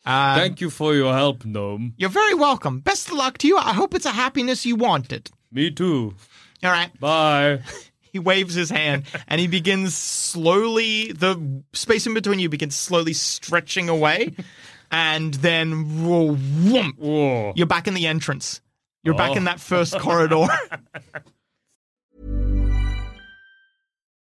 [SPEAKER 4] Uh,
[SPEAKER 5] Thank you for your help, gnome.
[SPEAKER 4] You're very welcome. Best of luck to you. I hope it's a happiness you wanted.
[SPEAKER 5] Me too.
[SPEAKER 4] All right.
[SPEAKER 5] Bye.
[SPEAKER 4] He waves his hand and he begins slowly, the space in between you begins slowly stretching away. And then, whoa, whoomp,
[SPEAKER 5] Whoa.
[SPEAKER 4] you're back in the entrance. You're back
[SPEAKER 5] Oh.
[SPEAKER 4] in that first corridor.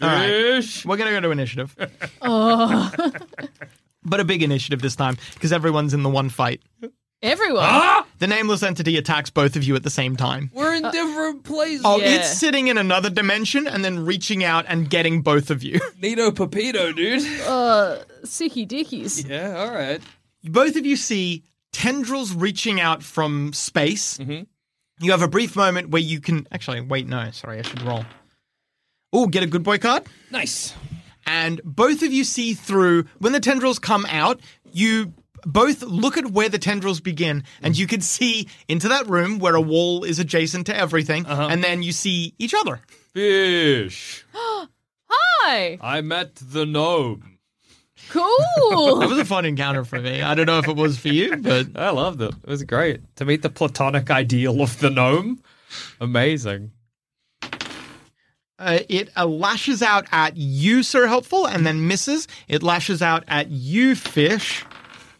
[SPEAKER 4] All right.
[SPEAKER 5] Fish.
[SPEAKER 4] We're going to go to initiative,
[SPEAKER 6] Oh,
[SPEAKER 4] but a big initiative this time because everyone's in the one fight.
[SPEAKER 6] everyone.
[SPEAKER 4] The nameless entity attacks both of you at the same time.
[SPEAKER 5] We're in different places.
[SPEAKER 4] Oh,
[SPEAKER 6] Yeah.
[SPEAKER 4] it's sitting in another dimension and then reaching out and getting both of you.
[SPEAKER 5] Nito Pepito, dude.
[SPEAKER 6] Sicky dickies.
[SPEAKER 5] yeah, all right.
[SPEAKER 4] both of you see tendrils reaching out from space. You have a brief moment where you can actually wait. No, sorry, I should roll. Oh, get a good boy card.
[SPEAKER 5] Nice.
[SPEAKER 4] And both of you see through when the tendrils come out. You both look at where the tendrils begin, and you can see into that room where a wall is adjacent to everything,
[SPEAKER 3] Uh-huh.
[SPEAKER 4] and then you see each other.
[SPEAKER 5] Fish.
[SPEAKER 6] Hi.
[SPEAKER 5] I met the gnome.
[SPEAKER 4] That
[SPEAKER 6] Cool.
[SPEAKER 4] was a fun encounter for me. I don't know if it was for you, but
[SPEAKER 5] I loved it. It was great to meet the platonic ideal of the gnome. Amazing.
[SPEAKER 4] Uh, it uh, lashes out at you, Sir Helpful, and then misses. It lashes out at you, Fish,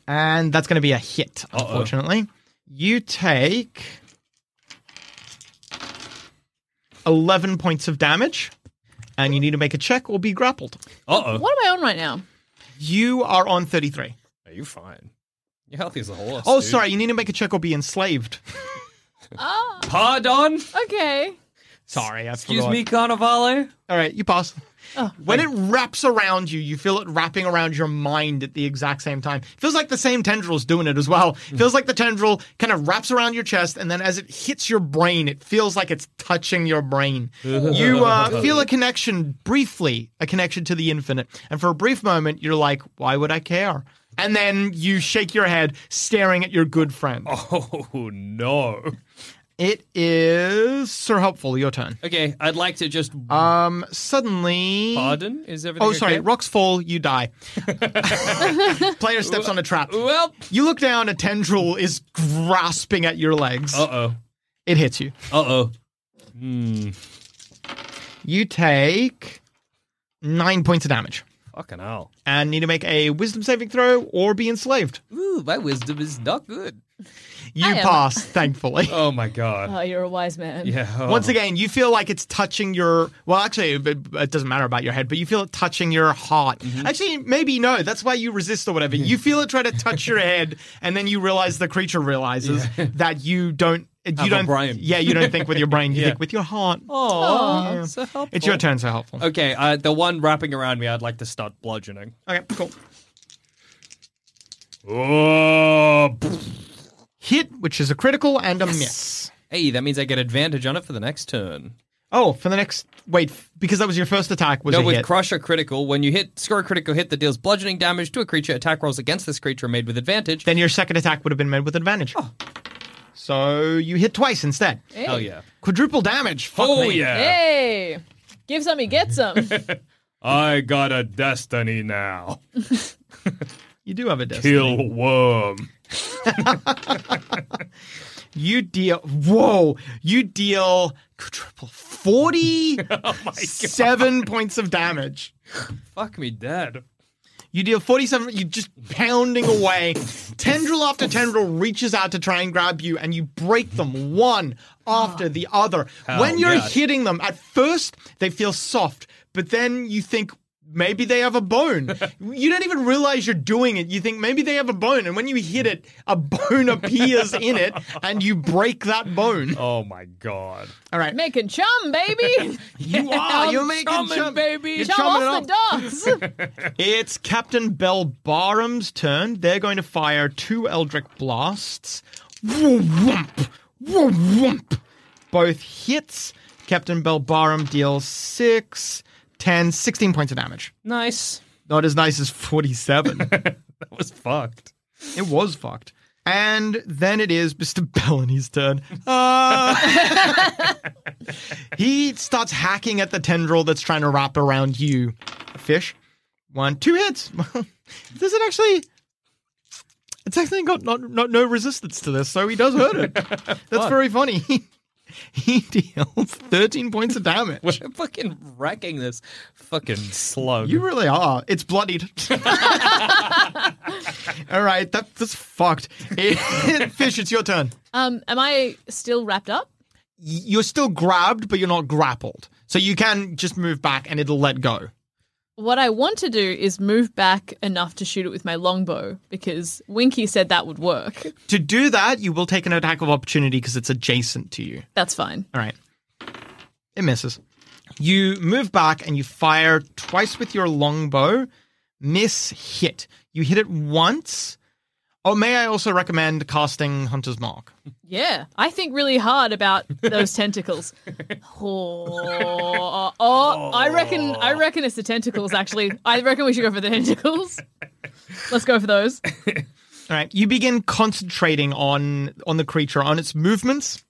[SPEAKER 4] and that's going to be a hit, unfortunately. You take 11 points of damage, and you need to make a check or be grappled.
[SPEAKER 5] Uh oh.
[SPEAKER 6] what am I on right now?
[SPEAKER 4] You are on 33.
[SPEAKER 5] Are you fine? You're healthy as a horse.
[SPEAKER 4] Oh,
[SPEAKER 5] dude.
[SPEAKER 4] sorry, you need to make a check or be enslaved.
[SPEAKER 6] Ah,
[SPEAKER 5] Pardon?
[SPEAKER 6] okay.
[SPEAKER 4] sorry, I
[SPEAKER 5] Excuse
[SPEAKER 4] forgot.
[SPEAKER 5] me, Carnivale?
[SPEAKER 4] All right, you pass. when it wraps around you, you feel it wrapping around your mind at the exact same time. Feels like the same tendril's doing it as well. Feels like the tendril kind of wraps around your chest, and then as it hits your brain, it feels like it's touching your brain. you uh, feel a connection briefly, a connection to the infinite. And for a brief moment, you're like, why would I care? And then you shake your head, staring at your good friend.
[SPEAKER 5] Oh, no.
[SPEAKER 3] It is Sir Helpful. Your turn.
[SPEAKER 5] Okay, I'd like to just
[SPEAKER 3] Um, suddenly.
[SPEAKER 5] pardon. Is everything?
[SPEAKER 3] Oh, sorry.
[SPEAKER 5] okay?
[SPEAKER 3] Rocks fall, you die. Player steps on a trap.
[SPEAKER 5] Well,
[SPEAKER 3] You look down, a tendril is grasping at your legs.
[SPEAKER 6] Oh.
[SPEAKER 5] uh
[SPEAKER 3] It hits you.
[SPEAKER 5] oh, uh oh.
[SPEAKER 3] You take nine points of damage
[SPEAKER 5] Fucking hell.
[SPEAKER 3] and need to make a wisdom saving throw or be enslaved.
[SPEAKER 5] Ooh, my wisdom is not good.
[SPEAKER 3] You
[SPEAKER 6] I am-
[SPEAKER 3] pass, thankfully.
[SPEAKER 5] Oh my god.
[SPEAKER 6] Oh, you're a wise man.
[SPEAKER 5] Yeah. oh.
[SPEAKER 3] Once again, you feel like it's touching your. Well, actually, it, it doesn't matter about your head, but you feel it touching your heart.
[SPEAKER 5] Mm-hmm.
[SPEAKER 3] Actually, maybe no. That's why you resist or whatever. You feel it try to touch your head, and then you realize the creature realizes that you don't. You
[SPEAKER 5] Have a
[SPEAKER 3] don't.
[SPEAKER 5] brain.
[SPEAKER 3] Yeah, you don't think with your brain. You
[SPEAKER 5] Yeah.
[SPEAKER 3] think with your heart.
[SPEAKER 5] Aw,
[SPEAKER 3] Yeah.
[SPEAKER 5] so helpful.
[SPEAKER 3] It's your turn, so helpful.
[SPEAKER 5] Okay, uh, the one wrapping around me, I'd like to start bludgeoning.
[SPEAKER 3] Okay, cool.
[SPEAKER 5] Oh,
[SPEAKER 3] Hit, which is a critical and a miss.
[SPEAKER 5] hey, that means I get advantage on it for the next turn.
[SPEAKER 3] Oh, for the next wait, f- because that was your first attack was
[SPEAKER 5] No,
[SPEAKER 3] a
[SPEAKER 5] with
[SPEAKER 3] hit.
[SPEAKER 5] Crusher Critical, when you hit score a critical hit that deals bludgeoning damage to a creature, attack rolls against this creature are made with advantage.
[SPEAKER 3] then your second attack would have been made with advantage. So you hit twice instead.
[SPEAKER 5] Hell yeah.
[SPEAKER 3] Quadruple damage. Fuck
[SPEAKER 5] Oh
[SPEAKER 3] me.
[SPEAKER 5] yeah.
[SPEAKER 6] Hey, give some, you get some.
[SPEAKER 5] I got a destiny now.
[SPEAKER 3] You do have a disc.
[SPEAKER 5] Kill worm.
[SPEAKER 3] You deal. Whoa! You deal quadruple forty-seven
[SPEAKER 5] Oh
[SPEAKER 3] points of damage.
[SPEAKER 5] Fuck me dead.
[SPEAKER 3] You deal 47, you're just pounding away. tendril after tendril reaches out to try and grab you, and you break them one after the other. when you're
[SPEAKER 5] yeah.
[SPEAKER 3] hitting them, at first they feel soft, but then you think maybe they have a bone. you don't even realize you're doing it. You think maybe they have a bone, and when you hit it, a bone appears in it, and you break that bone.
[SPEAKER 5] Oh my god.
[SPEAKER 3] All right.
[SPEAKER 6] Making chum, baby.
[SPEAKER 3] You are. You're making
[SPEAKER 5] chumming,
[SPEAKER 3] chum-
[SPEAKER 5] baby.
[SPEAKER 3] You're
[SPEAKER 6] chum
[SPEAKER 3] chumming
[SPEAKER 6] off
[SPEAKER 3] it
[SPEAKER 6] the docks.
[SPEAKER 3] It's Captain Bell Barham's turn. They're going to fire two Eldric Blasts. Whoomp, whoomp. Both hits. Captain Bell Barham deals 6, 10, 16 points of damage.
[SPEAKER 5] Nice.
[SPEAKER 3] Not as nice as 47.
[SPEAKER 5] That was fucked.
[SPEAKER 3] it was fucked. And then it is Mr. Bellany's turn. Uh, he starts hacking at the tendril that's trying to wrap around you. Fish. One, two hits. does it actually? It's actually got not, not no resistance to this, so he does hurt it. That's very funny. He, he deals thirteen points of
[SPEAKER 5] We're
[SPEAKER 3] damage.
[SPEAKER 5] fucking wrecking this fucking slug.
[SPEAKER 3] You really are. It's bloodied. All right, that, that's fucked. Eh, Fish, it's your turn.
[SPEAKER 6] um, am I still wrapped up?
[SPEAKER 3] you're still grabbed, but you're not grappled. So you can just move back and it'll let go.
[SPEAKER 6] What I want to do is move back enough to shoot it with my longbow because Winky said that would work.
[SPEAKER 3] To do that, you will take an attack of opportunity because it's adjacent to you.
[SPEAKER 6] That's fine.
[SPEAKER 3] All right. It misses. You move back and you fire twice with your longbow. Miss hit. You hit it once. Oh, may I also recommend casting Hunter's Mark?
[SPEAKER 6] Yeah, I think really hard about those tentacles. Oh, oh, I reckon. I reckon it's the tentacles. Actually, I reckon we should go for the tentacles. Let's go for those.
[SPEAKER 3] All right. You begin concentrating on on the creature, on its movements.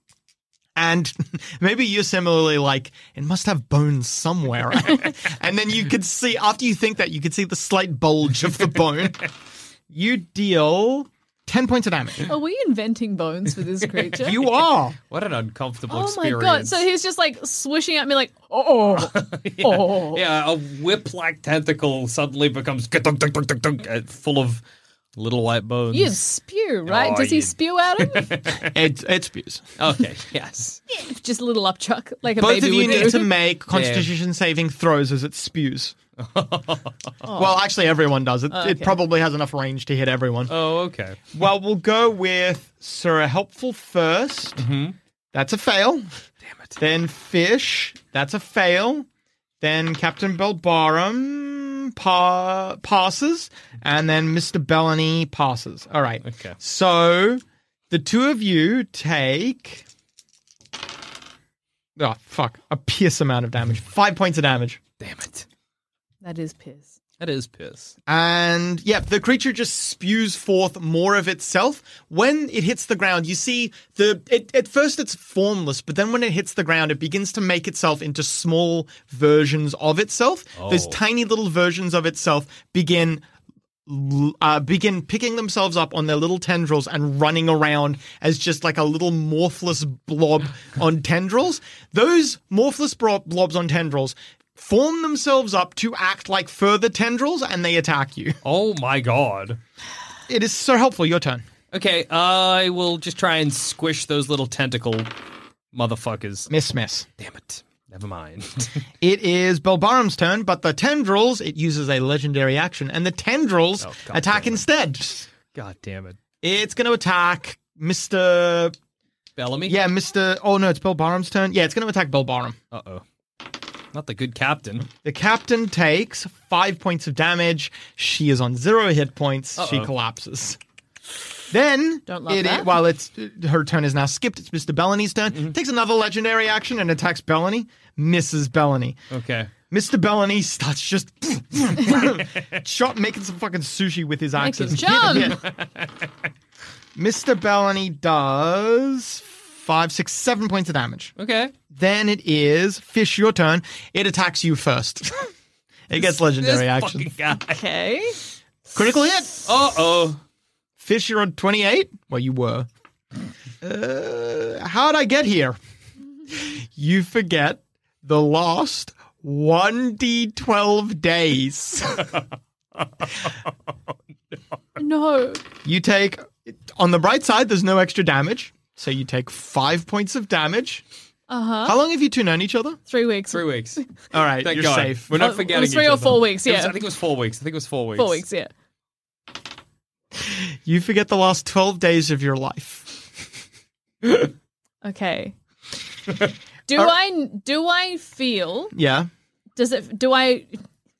[SPEAKER 3] And maybe you're similarly like, it must have bones somewhere. and then you could see, after you think that, you could see the slight bulge of the bone. You deal 10 points of damage.
[SPEAKER 6] Are we inventing bones for this creature?
[SPEAKER 3] You are.
[SPEAKER 5] what an uncomfortable
[SPEAKER 6] Oh my
[SPEAKER 5] experience.
[SPEAKER 6] god! So he's just like swishing at me, like oh, oh.
[SPEAKER 5] Yeah, a whip-like tentacle suddenly becomes ka-dunk, dunk, dunk, dunk, dunk, uh, full of little white bones.
[SPEAKER 6] You'd spew, right?
[SPEAKER 5] Oh,
[SPEAKER 6] Does he
[SPEAKER 5] you'd-
[SPEAKER 6] spew at him?
[SPEAKER 3] It, it spews.
[SPEAKER 5] Okay, yes.
[SPEAKER 6] just a little upchuck, like a
[SPEAKER 3] Both
[SPEAKER 6] baby
[SPEAKER 3] of you
[SPEAKER 6] would
[SPEAKER 3] need
[SPEAKER 6] do.
[SPEAKER 3] to make constitution saving throws as it spews. Well, actually, everyone does. It, it probably has enough range to hit everyone.
[SPEAKER 5] Oh, okay.
[SPEAKER 3] Well, we'll go with Sir Helpful 1st That's a fail. Mm-hmm. Damn it. Then Fish. That's a fail. Then Captain Belbarum pa- passes. And then Mr. Bellany passes. All right.
[SPEAKER 5] Okay.
[SPEAKER 3] So the two of you take. ah, Oh, fuck. A pierce amount of damage. Five points of damage.
[SPEAKER 5] Damn it.
[SPEAKER 6] That is piss.
[SPEAKER 5] That is piss.
[SPEAKER 3] And yeah, the creature just spews forth more of itself. When it hits the ground, you see the it, at first it's formless, but then when it hits the ground, it begins to make itself into small versions of itself. Those tiny little versions of itself begin l- uh, begin picking themselves up on their little tendrils and running around as just like a little morphless blob on tendrils. Those morphless bro- blobs on tendrils form themselves up to act like further tendrils and they attack you.
[SPEAKER 5] Oh my god.
[SPEAKER 3] It is so helpful. Your turn.
[SPEAKER 5] Okay, I will just try and squish those little tentacle motherfuckers.
[SPEAKER 3] Miss, miss.
[SPEAKER 5] Damn it. Never mind.
[SPEAKER 3] It is Belbaram's turn, but the tendrils, it uses a legendary action, and the tendrils
[SPEAKER 5] Oh, God
[SPEAKER 3] attack
[SPEAKER 5] damn it.
[SPEAKER 3] instead.
[SPEAKER 5] god damn it.
[SPEAKER 3] It's going to attack Mr.
[SPEAKER 5] Bellamy?
[SPEAKER 3] Yeah, Mr. Oh no, it's Belbaram's turn. Yeah, it's going to attack Belbaram.
[SPEAKER 5] Uh oh. Not the good captain.
[SPEAKER 3] The captain takes five points of damage. She is on zero hit points. She collapses. Then,
[SPEAKER 6] Don't love
[SPEAKER 3] it-
[SPEAKER 6] that.
[SPEAKER 3] while it's her turn is now skipped, it's Mr. Bellamy's turn. Takes another legendary action and attacks Bellamy. Mrs. Bellamy.
[SPEAKER 5] Okay.
[SPEAKER 3] Mr. Bellamy starts just chop, making some fucking sushi with his
[SPEAKER 6] Make him
[SPEAKER 3] axes.
[SPEAKER 6] jump.
[SPEAKER 3] Mr. Bellamy does five, six, seven points of damage.
[SPEAKER 5] Okay.
[SPEAKER 3] Then it is Fish, your turn. It attacks you first. it gets legendary
[SPEAKER 5] This
[SPEAKER 3] action.
[SPEAKER 5] fucking guy.
[SPEAKER 6] Okay.
[SPEAKER 3] Critical hit.
[SPEAKER 5] Uh oh.
[SPEAKER 3] Fish, you're on 28. Well, you were. Uh, how'd I get here? You forget the last 1d12 days.
[SPEAKER 6] No.
[SPEAKER 3] You take on the bright side. There's no extra damage, so you take five points of damage. Uh huh. How long have you two known each other?
[SPEAKER 6] Three weeks.
[SPEAKER 5] Three weeks.
[SPEAKER 3] All right,
[SPEAKER 5] Thank
[SPEAKER 3] you're
[SPEAKER 5] God.
[SPEAKER 3] safe.
[SPEAKER 5] We're
[SPEAKER 6] Oh, it
[SPEAKER 5] not
[SPEAKER 6] was
[SPEAKER 5] forgetting.
[SPEAKER 6] three
[SPEAKER 5] each
[SPEAKER 6] or
[SPEAKER 5] other.
[SPEAKER 6] four weeks,
[SPEAKER 5] It was-
[SPEAKER 6] yeah.
[SPEAKER 5] I think it was four weeks. I think it was four weeks.
[SPEAKER 6] Four weeks, yeah.
[SPEAKER 3] You forget the last twelve days of your life.
[SPEAKER 6] Okay. Do I do I feel
[SPEAKER 3] Yeah.
[SPEAKER 6] does it do I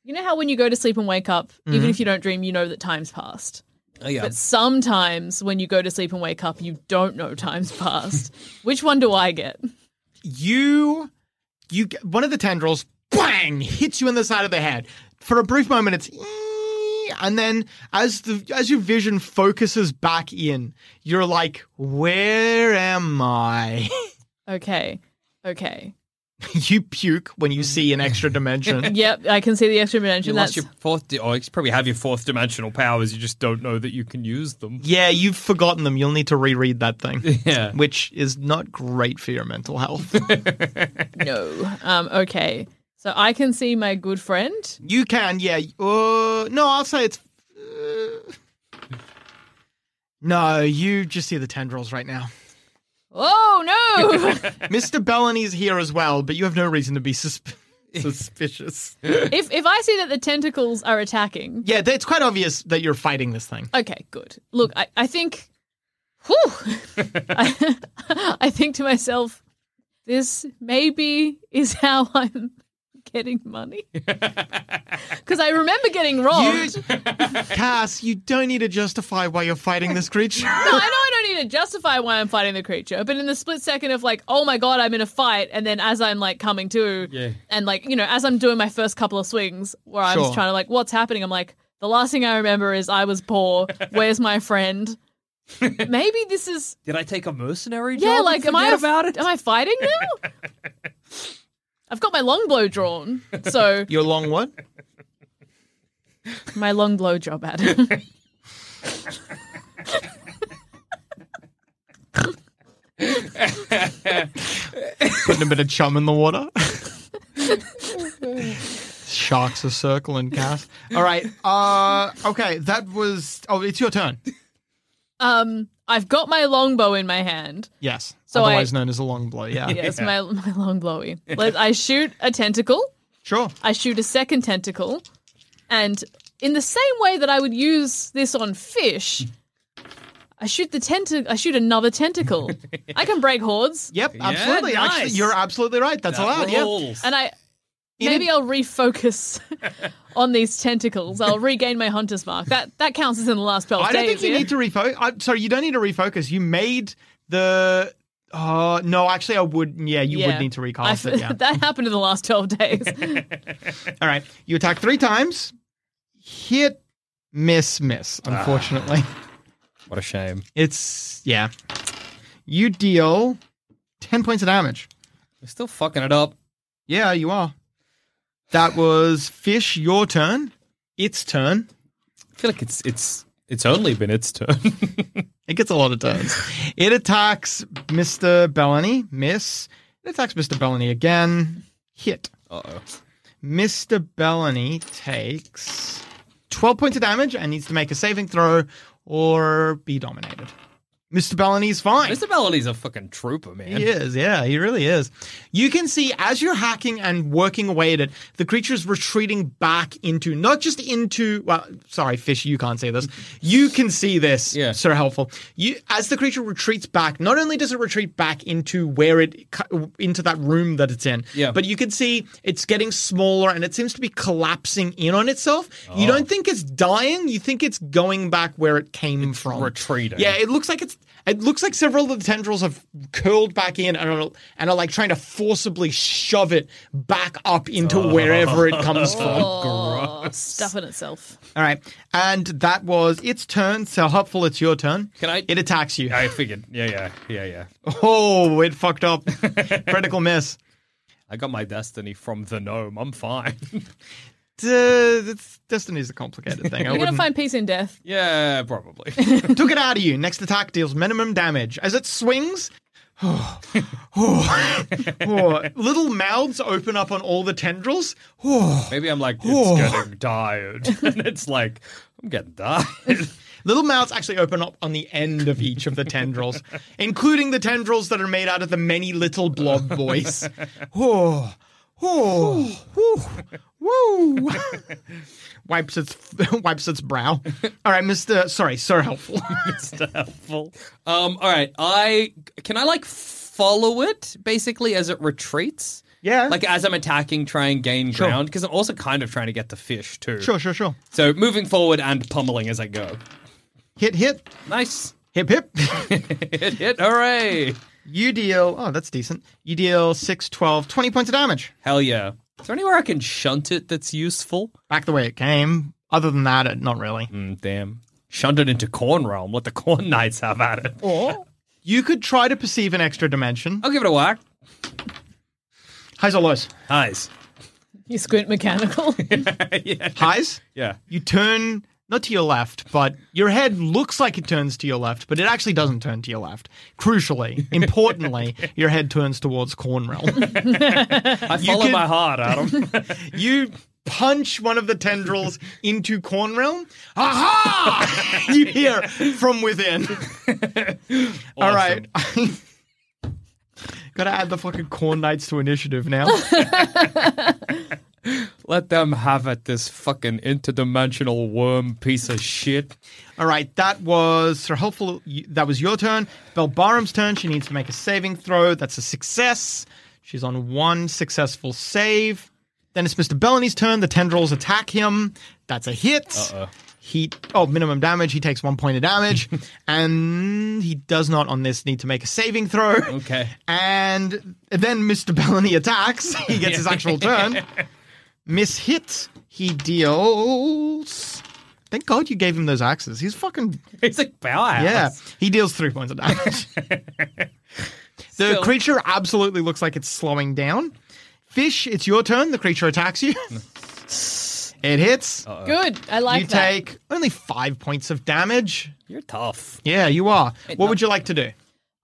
[SPEAKER 6] you know how when you go to sleep and wake up, even if you don't dream, you know that time's passed.
[SPEAKER 5] Oh, yeah.
[SPEAKER 6] But sometimes when you go to sleep and wake up, you don't know time's passed. Which one do I get?
[SPEAKER 3] You, you. get- One of the tendrils, bang, hits you in the side of the head. For a brief moment, it's. "Ee," And then, as the as your vision focuses back in, you're like, "Where am I?"
[SPEAKER 6] Okay. Okay.
[SPEAKER 3] you puke when you see an extra dimension.
[SPEAKER 6] Yep, I can see the extra
[SPEAKER 5] You
[SPEAKER 6] dimension.
[SPEAKER 5] lost
[SPEAKER 6] That's
[SPEAKER 5] your fourth. Di- oh, you probably have your fourth dimensional powers. You just don't know that you can use them.
[SPEAKER 3] Yeah, you've forgotten them. You'll need to reread that thing,
[SPEAKER 5] Yeah.
[SPEAKER 3] which is not great for your mental health.
[SPEAKER 6] no. Um, okay. So I can see my good friend.
[SPEAKER 3] you can, yeah. Uh, no, I'll say it's. uh, no, you just see the tendrils right now.
[SPEAKER 6] Oh no!
[SPEAKER 3] Mr. Bellany's here as well, but you have no reason to be susp- suspicious.
[SPEAKER 6] if if I see that the tentacles are attacking,
[SPEAKER 3] Yeah, th- it's quite obvious that you're fighting this thing.
[SPEAKER 6] okay, good. Look, I, I think, whew, I, I think to myself, this maybe is how I'm getting money because I remember getting robbed.
[SPEAKER 3] Cass, you don't need to justify why you're fighting this creature.
[SPEAKER 6] No, I know I don't need to justify why I'm fighting the creature, but in the split second of like, oh my god, I'm in a fight, and then as I'm like coming to,
[SPEAKER 5] Yeah.
[SPEAKER 6] and like you know, as I'm doing my first couple of swings, where I'm
[SPEAKER 3] Sure.
[SPEAKER 6] just trying to like, what's happening? I'm like, the last thing I remember is I was poor. Where's my friend? Maybe this is
[SPEAKER 5] Did I take a mercenary job?
[SPEAKER 6] yeah,
[SPEAKER 5] and
[SPEAKER 6] like, am I
[SPEAKER 5] forget about it?
[SPEAKER 6] Am I fighting now? I've got my long blow drawn, so
[SPEAKER 3] Your long what?
[SPEAKER 6] my long blow job, Adam.
[SPEAKER 3] putting a bit of chum in the water. Sharks are circling, Cass. All right. Uh, okay, that was. Oh, it's your turn.
[SPEAKER 6] um, I've got my longbow in my hand.
[SPEAKER 3] Yes.
[SPEAKER 6] So
[SPEAKER 3] Otherwise
[SPEAKER 6] I-
[SPEAKER 3] known as a long blow. Yeah.
[SPEAKER 6] Yes, my my long blowy. Let- I shoot a tentacle.
[SPEAKER 3] Sure.
[SPEAKER 6] I shoot a second tentacle, and in the same way that I would use this on fish, I shoot the tentacle. I shoot another tentacle. I can break hordes,
[SPEAKER 3] Yep. Absolutely. Actually,
[SPEAKER 5] nice.
[SPEAKER 3] you're absolutely right. That's allowed. Yeah.
[SPEAKER 5] Rules.
[SPEAKER 6] and I maybe I'll refocus on these tentacles. I'll regain my hunter's mark. That that counts as in the last twelve
[SPEAKER 3] I don't
[SPEAKER 6] days.
[SPEAKER 3] think you
[SPEAKER 6] yeah?
[SPEAKER 3] need to refocus. I'm sorry, you don't need to refocus. You made the. Uh, no, actually, I would. Yeah, you
[SPEAKER 6] Yeah.
[SPEAKER 3] would need to recast
[SPEAKER 6] I-
[SPEAKER 3] it. Yeah.
[SPEAKER 6] that happened in the last twelve days.
[SPEAKER 3] All right. You attack three times. hit, miss, miss,
[SPEAKER 6] Ah.
[SPEAKER 3] unfortunately.
[SPEAKER 5] What a shame.
[SPEAKER 3] It's, yeah. You deal 10 points of damage.
[SPEAKER 5] We're still fucking it up.
[SPEAKER 3] Yeah, you are. That was Fish, your turn. Its turn.
[SPEAKER 5] I feel like it's it's it's only been its turn.
[SPEAKER 3] It gets a lot of turns. it attacks Mr. Bellany. Miss. It attacks Mr. Bellany again. Hit. Uh oh. Mr. Bellany takes 12 points of damage and needs to make a saving throw or be dominated. Mr. Bellany's fine.
[SPEAKER 5] Mr. Bellamy's a fucking trooper, man.
[SPEAKER 3] He is, yeah, he really is. You can see as you're hacking and working away at it, the creature's retreating back into, not just into, well, sorry, fish, you can't see this. You can see this.
[SPEAKER 5] Yeah.
[SPEAKER 3] So helpful. You, as the creature retreats back, not only does it retreat back into where it, cu- into that room that it's in,
[SPEAKER 5] Yeah.
[SPEAKER 3] but you can see it's getting smaller and it seems to be collapsing in on itself.
[SPEAKER 5] Oh.
[SPEAKER 3] You don't think it's dying, you think it's going back where it came from.
[SPEAKER 5] retreating.
[SPEAKER 3] Yeah, it looks like it's. It looks like several of the tendrils have curled back in and are, and are like trying to forcibly shove it back up into wherever it comes from.
[SPEAKER 6] Oh, stuff in itself.
[SPEAKER 3] All right, and that was its turn. So helpful, it's your turn.
[SPEAKER 5] Can I-
[SPEAKER 3] It attacks you.
[SPEAKER 5] I figured. Yeah, yeah, yeah, yeah.
[SPEAKER 3] Oh, it fucked up. Critical miss.
[SPEAKER 5] I got my destiny from the gnome. I'm fine.
[SPEAKER 3] D- it's- Destiny's a complicated thing. I
[SPEAKER 6] You're gonna
[SPEAKER 3] wouldn't-
[SPEAKER 6] find peace in death.
[SPEAKER 5] yeah, probably.
[SPEAKER 3] Took it out of you. Next attack deals minimum damage. As it swings, little mouths open up on all the tendrils.
[SPEAKER 5] Maybe I'm like, it's
[SPEAKER 3] Oh.
[SPEAKER 5] getting tired. and it's like, I'm getting tired.
[SPEAKER 3] Little mouths actually open up on the end of each of the tendrils, including the tendrils that are made out of the many little blob voice. Oh, oh, woo, woo. wipes its wipes its brow. All right, Mister. Sorry, so helpful.
[SPEAKER 5] Full. Um, all right. I can I like follow it basically as it retreats?
[SPEAKER 3] Yeah.
[SPEAKER 5] Like as I'm attacking, try and gain ground. Because I'm also kind of trying to get the fish too.
[SPEAKER 3] sure, sure, sure.
[SPEAKER 5] So moving forward and pummeling as I go.
[SPEAKER 3] Hit, hit,
[SPEAKER 5] Nice.
[SPEAKER 3] hip, hip.
[SPEAKER 5] Hit hit. Hooray.
[SPEAKER 3] You deal. Oh, that's decent. You deal 6, 12, 20 points of damage.
[SPEAKER 5] Hell yeah. Is there anywhere I can shunt it that's useful?
[SPEAKER 3] Back the way it came. Other than that, it, not really.
[SPEAKER 5] Mm, damn. Shunt it into Corn Realm. Let the Corn Knights have at it.
[SPEAKER 3] Oh. You could try to perceive an extra dimension.
[SPEAKER 5] I'll give it a whack.
[SPEAKER 3] Highs or lows?
[SPEAKER 5] Nice.
[SPEAKER 6] You squint mechanical.
[SPEAKER 3] Highs?
[SPEAKER 5] Yeah.
[SPEAKER 3] you turn not to your left, but your head looks like it turns to your left, but it actually doesn't turn to your left. Crucially, importantly, your head turns towards Cornrealm.
[SPEAKER 5] I follow
[SPEAKER 3] can-
[SPEAKER 5] my heart, Adam.
[SPEAKER 3] you punch one of the tendrils into Cornrealm. Aha! you hear from within. All right. Gotta add the fucking Corn Knights to initiative now.
[SPEAKER 5] Let them have at this fucking interdimensional worm piece of shit.
[SPEAKER 3] All right, that was Sir Helpful. you- That was your turn. Belbaram's turn. She needs to make a saving throw. That's a success. She's on one successful save. Then it's Mr. Bellany's turn. The tendrils attack him. That's a hit. Uh-oh. He oh minimum damage. He takes one point of damage, and he does not on this need to make a saving throw.
[SPEAKER 5] Okay.
[SPEAKER 3] And then Mr. Bellany attacks. He gets his actual turn. Miss hit. He deals. Thank God you gave him those axes. He's fucking
[SPEAKER 5] It's like powerhouse.
[SPEAKER 3] yeah. He deals three points of damage. the
[SPEAKER 5] Still-
[SPEAKER 3] creature absolutely looks like it's slowing down. Fish, it's your turn. The creature attacks you. it hits.
[SPEAKER 6] Good. I like
[SPEAKER 3] you
[SPEAKER 6] that.
[SPEAKER 3] take only five points of damage.
[SPEAKER 5] You're tough.
[SPEAKER 3] Yeah, you are. what would you like to do?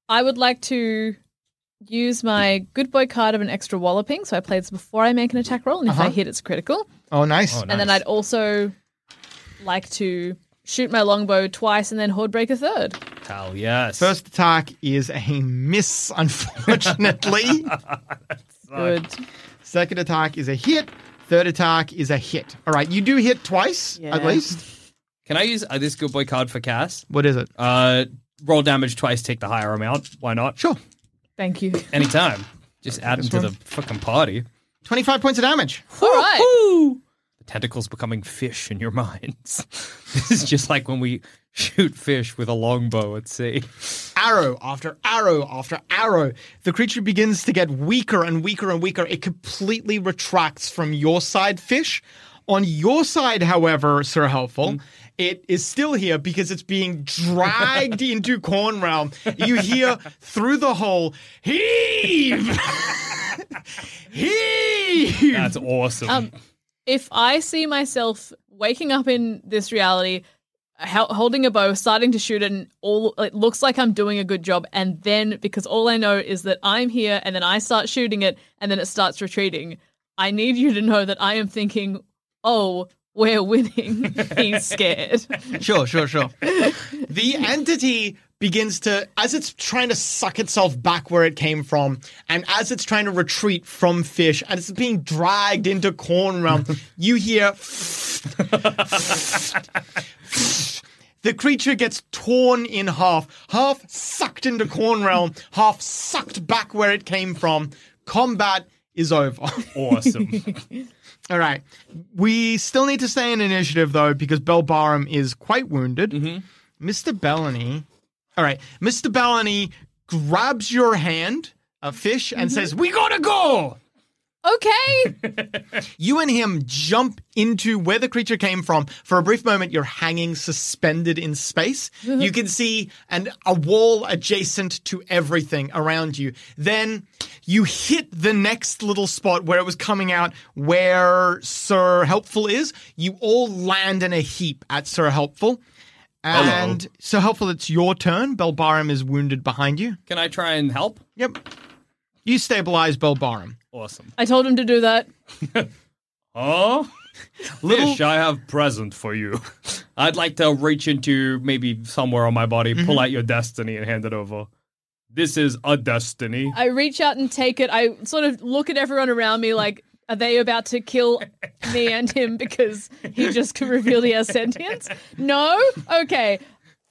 [SPEAKER 6] I would like to use my good boy card of an extra walloping. So I play this before I make an attack roll, and if I hit, it's critical.
[SPEAKER 3] Oh, nice.
[SPEAKER 6] And then I'd also like to shoot my longbow twice and then horde break a third.
[SPEAKER 5] Hell yes.
[SPEAKER 3] First attack is a miss, unfortunately.
[SPEAKER 6] Good.
[SPEAKER 3] Second attack is a hit. Third attack is a hit. All right, you do hit twice at
[SPEAKER 6] Yeah.
[SPEAKER 3] least.
[SPEAKER 5] Can I use uh, this good boy card for Cass?
[SPEAKER 3] What is it?
[SPEAKER 5] Uh, roll damage twice, take the higher amount. Why not?
[SPEAKER 3] Sure.
[SPEAKER 6] Thank you.
[SPEAKER 5] Anytime. Just add them to the fucking party.
[SPEAKER 3] 25 points of damage.
[SPEAKER 6] All right.
[SPEAKER 5] The tentacles becoming fish in your minds. this is just like when we shoot fish with a longbow at sea.
[SPEAKER 3] arrow after arrow after arrow. The creature begins to get weaker and weaker and weaker. It completely retracts from your side, fish, On your side, however, Sir Helpful, it is still here because it's being dragged into Corn Realm. You hear through the hole, heave! heave!
[SPEAKER 5] That's awesome.
[SPEAKER 6] Um, if I see myself waking up in this reality, ho- holding a bow, starting to shoot, and all it looks like I'm doing a good job, and then because all I know is that I'm here, and then I start shooting it, and then it starts retreating. I need you to know that I am thinking, oh, we're winning. He's scared.
[SPEAKER 3] Sure, sure, sure. the entity begins to, as it's trying to suck itself back where it came from, and as it's trying to retreat from fish, and it's being dragged into corn realm, you hear. The creature gets torn in half, half sucked into corn realm, half sucked back where it came from. Combat is over.
[SPEAKER 5] awesome.
[SPEAKER 3] All right. We still need to stay in initiative, though, because Belbarum is quite wounded. Mr. Bellany. All right. Mr. Bellany grabs your hand, a fish, and says, We gotta go!
[SPEAKER 6] Okay.
[SPEAKER 3] You and him jump into where the creature came from. For a brief moment, you're hanging suspended in space. you can see an, a wall adjacent to everything around you. Then you hit the next little spot where it was coming out, where Sir Helpful is. You all land in a heap at Sir Helpful. And Sir Helpful, it's your turn. Belbarum is wounded behind you.
[SPEAKER 5] Can I try and help?
[SPEAKER 3] Yep. You stabilize Belbarum.
[SPEAKER 5] Awesome.
[SPEAKER 6] I told him to do that.
[SPEAKER 5] Oh, Lish, I have present for you. I'd like to reach into maybe somewhere on my body,
[SPEAKER 3] Mm-hmm.
[SPEAKER 5] pull out your destiny, and hand it over. This is a destiny.
[SPEAKER 6] I reach out and take it. I sort of look at everyone around me like, are they about to kill me and him because he just revealed he has sentience? No? Okay.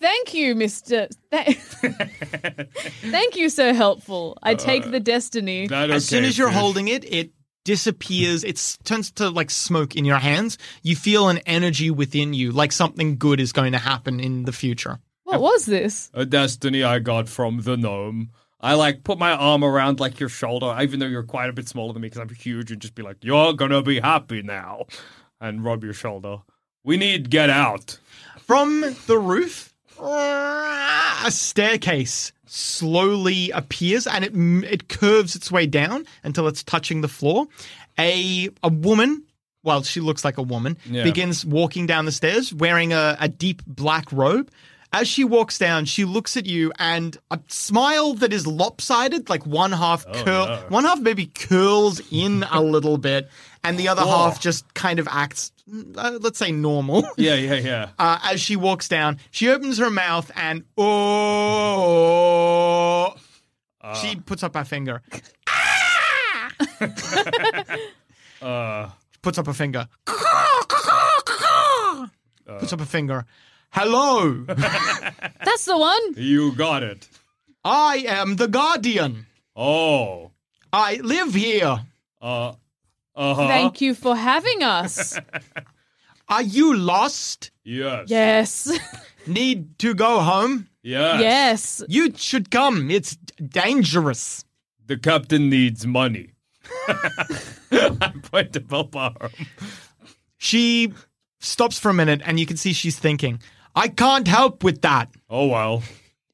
[SPEAKER 6] Thank you, Mr. Th- Thank you, so helpful. I take the destiny.
[SPEAKER 5] That
[SPEAKER 3] as soon
[SPEAKER 5] okay,
[SPEAKER 3] as you're
[SPEAKER 5] fish.
[SPEAKER 3] holding it, it disappears. It s- turns to like smoke in your hands. You feel an energy within you, like something good is going to happen in the future.
[SPEAKER 6] What was this?
[SPEAKER 5] a destiny I got from the gnome. I like put my arm around like your shoulder, even though you're quite a bit smaller than me because I'm huge, and just be like, "You're gonna be happy now," and rub your shoulder. We need get out.
[SPEAKER 3] From the roof, a staircase slowly appears and it m- it curves its way down until it's touching the floor. A a woman, well, she looks like a woman,
[SPEAKER 5] Yeah.
[SPEAKER 3] begins walking down the stairs wearing a, a deep black robe. As she walks down, she looks at you and a smile that is lopsided, like one half curl, one half maybe curls in a little bit, and the other half just kind of acts, uh, let's say, normal
[SPEAKER 5] Yeah, yeah, yeah.
[SPEAKER 3] uh, as she walks down. She opens her mouth and oh, she puts up her finger. puts up a finger. puts up a finger. Hello,
[SPEAKER 6] That's the one.
[SPEAKER 5] You got it.
[SPEAKER 3] I am the guardian.
[SPEAKER 5] Oh,
[SPEAKER 3] I live here.
[SPEAKER 5] uh, uh huh.
[SPEAKER 6] Thank you for having us.
[SPEAKER 3] Are you lost?
[SPEAKER 5] Yes.
[SPEAKER 6] Yes.
[SPEAKER 3] Need to go home?
[SPEAKER 5] Yes.
[SPEAKER 6] Yes.
[SPEAKER 3] You should come. It's d- dangerous.
[SPEAKER 5] The captain needs money. I point to Belbarum.
[SPEAKER 3] She stops for a minute and you can see she's thinking, I can't help with that.
[SPEAKER 5] Oh well,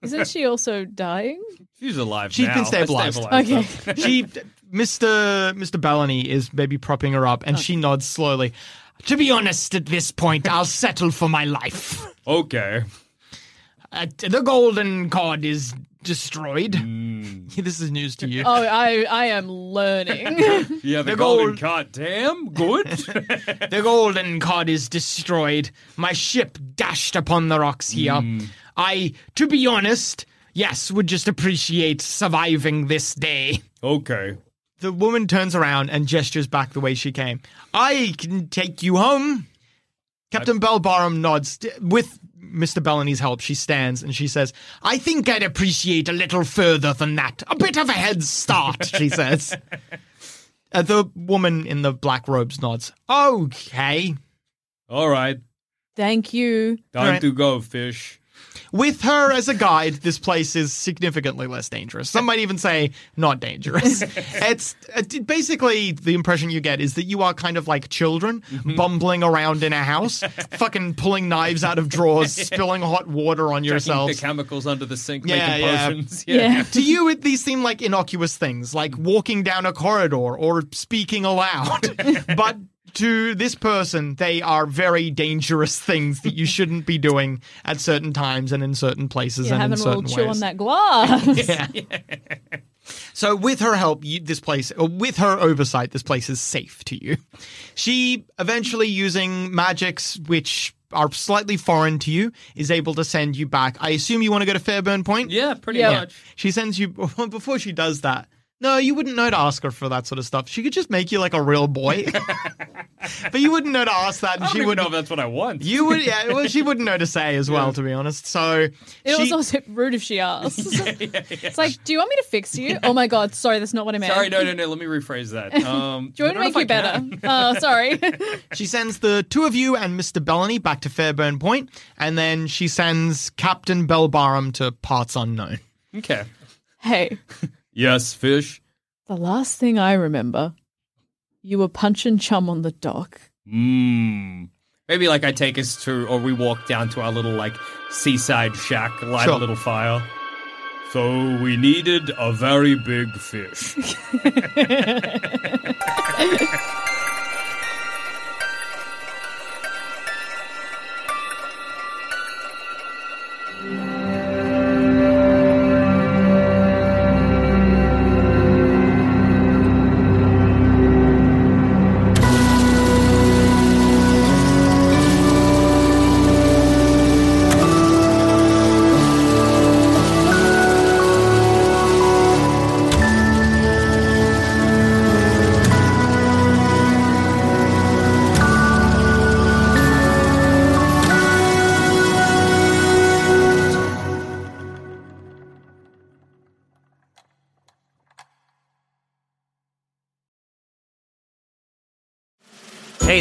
[SPEAKER 6] Isn't she also dying?
[SPEAKER 5] she's alive.
[SPEAKER 3] She's
[SPEAKER 5] She's
[SPEAKER 3] been stabilized.
[SPEAKER 6] Okay.
[SPEAKER 3] She Mr. Mr. Bellany is maybe propping her up and she nods slowly. To be honest at this point, I'll settle for my life.
[SPEAKER 5] okay.
[SPEAKER 3] Uh, t- the golden cord is destroyed. This is news to you.
[SPEAKER 6] Oh, I, I am learning.
[SPEAKER 5] Yeah, the,
[SPEAKER 3] The
[SPEAKER 5] golden
[SPEAKER 3] gold-
[SPEAKER 5] card. Damn good.
[SPEAKER 3] The golden cod is destroyed. My ship dashed upon the rocks here. I, to be honest, yes, would just appreciate surviving this day.
[SPEAKER 5] okay.
[SPEAKER 3] The woman turns around and gestures back the way she came. I can take you home. Captain Belbarum nods. D- With Mr. Bellany's help, she stands and she says, I think I'd appreciate a little further than that. A bit of a head start, she says. Uh, the woman in the black robes nods. Okay.
[SPEAKER 5] All right.
[SPEAKER 6] Thank you.
[SPEAKER 5] Time
[SPEAKER 3] All right.
[SPEAKER 5] to go, fish.
[SPEAKER 3] With her as a guide, this place is significantly less dangerous. Some might even say not dangerous. it's it, basically the impression you get is that you are kind of like children bumbling around in a house, fucking pulling knives out of drawers, spilling hot water on
[SPEAKER 5] the
[SPEAKER 3] yourselves.
[SPEAKER 5] chemicals under the sink,
[SPEAKER 3] Yeah,
[SPEAKER 5] making
[SPEAKER 3] yeah.
[SPEAKER 5] potions.
[SPEAKER 6] Yeah.
[SPEAKER 3] to you, it, these seem like innocuous things, like walking down a corridor or speaking aloud. but to this person, they are very dangerous things that you shouldn't be doing at certain times and in certain places
[SPEAKER 6] You're
[SPEAKER 3] and
[SPEAKER 6] having
[SPEAKER 3] in
[SPEAKER 6] a
[SPEAKER 3] certain
[SPEAKER 6] little chew
[SPEAKER 3] ways.
[SPEAKER 6] on that glass.
[SPEAKER 3] So, with her help, you, this place, or with her oversight, this place is safe to you. She eventually, using magics which are slightly foreign to you, is able to send you back. I assume you want to go to Fairburn Point.
[SPEAKER 5] Yeah, pretty
[SPEAKER 6] Yeah.
[SPEAKER 5] much.
[SPEAKER 3] She sends you well, before she does that. No, you wouldn't know to ask her for that sort of stuff. She could just make you like a real boy, but you wouldn't know to ask that, and
[SPEAKER 5] I don't
[SPEAKER 3] she
[SPEAKER 5] even know
[SPEAKER 3] wouldn't.
[SPEAKER 5] if that's what I want.
[SPEAKER 3] You would, yeah. Well, she wouldn't know to say as well, to be honest. So
[SPEAKER 6] It was
[SPEAKER 3] she-
[SPEAKER 6] also rude if she asked. It's like, do you want me to fix you? Oh my god, sorry, that's not what I meant.
[SPEAKER 5] Sorry, no, no, no. Let me rephrase that. Um,
[SPEAKER 6] Do you
[SPEAKER 5] I don't
[SPEAKER 6] want me to make you
[SPEAKER 5] know if I
[SPEAKER 6] better?
[SPEAKER 5] can.
[SPEAKER 6] Oh, sorry.
[SPEAKER 3] She sends the two of you and Mr. Bellany back to Fairburn Point, and then she sends Captain Belbarum to parts unknown.
[SPEAKER 5] Okay.
[SPEAKER 6] hey,
[SPEAKER 5] Yes, fish.
[SPEAKER 6] the last thing I remember, you were punching chum on the dock.
[SPEAKER 5] Mmm. Maybe like I take us to, or we walk down to our little like seaside shack, light
[SPEAKER 3] Sure.
[SPEAKER 5] a little fire. So we needed a very big fish.
[SPEAKER 4] Hey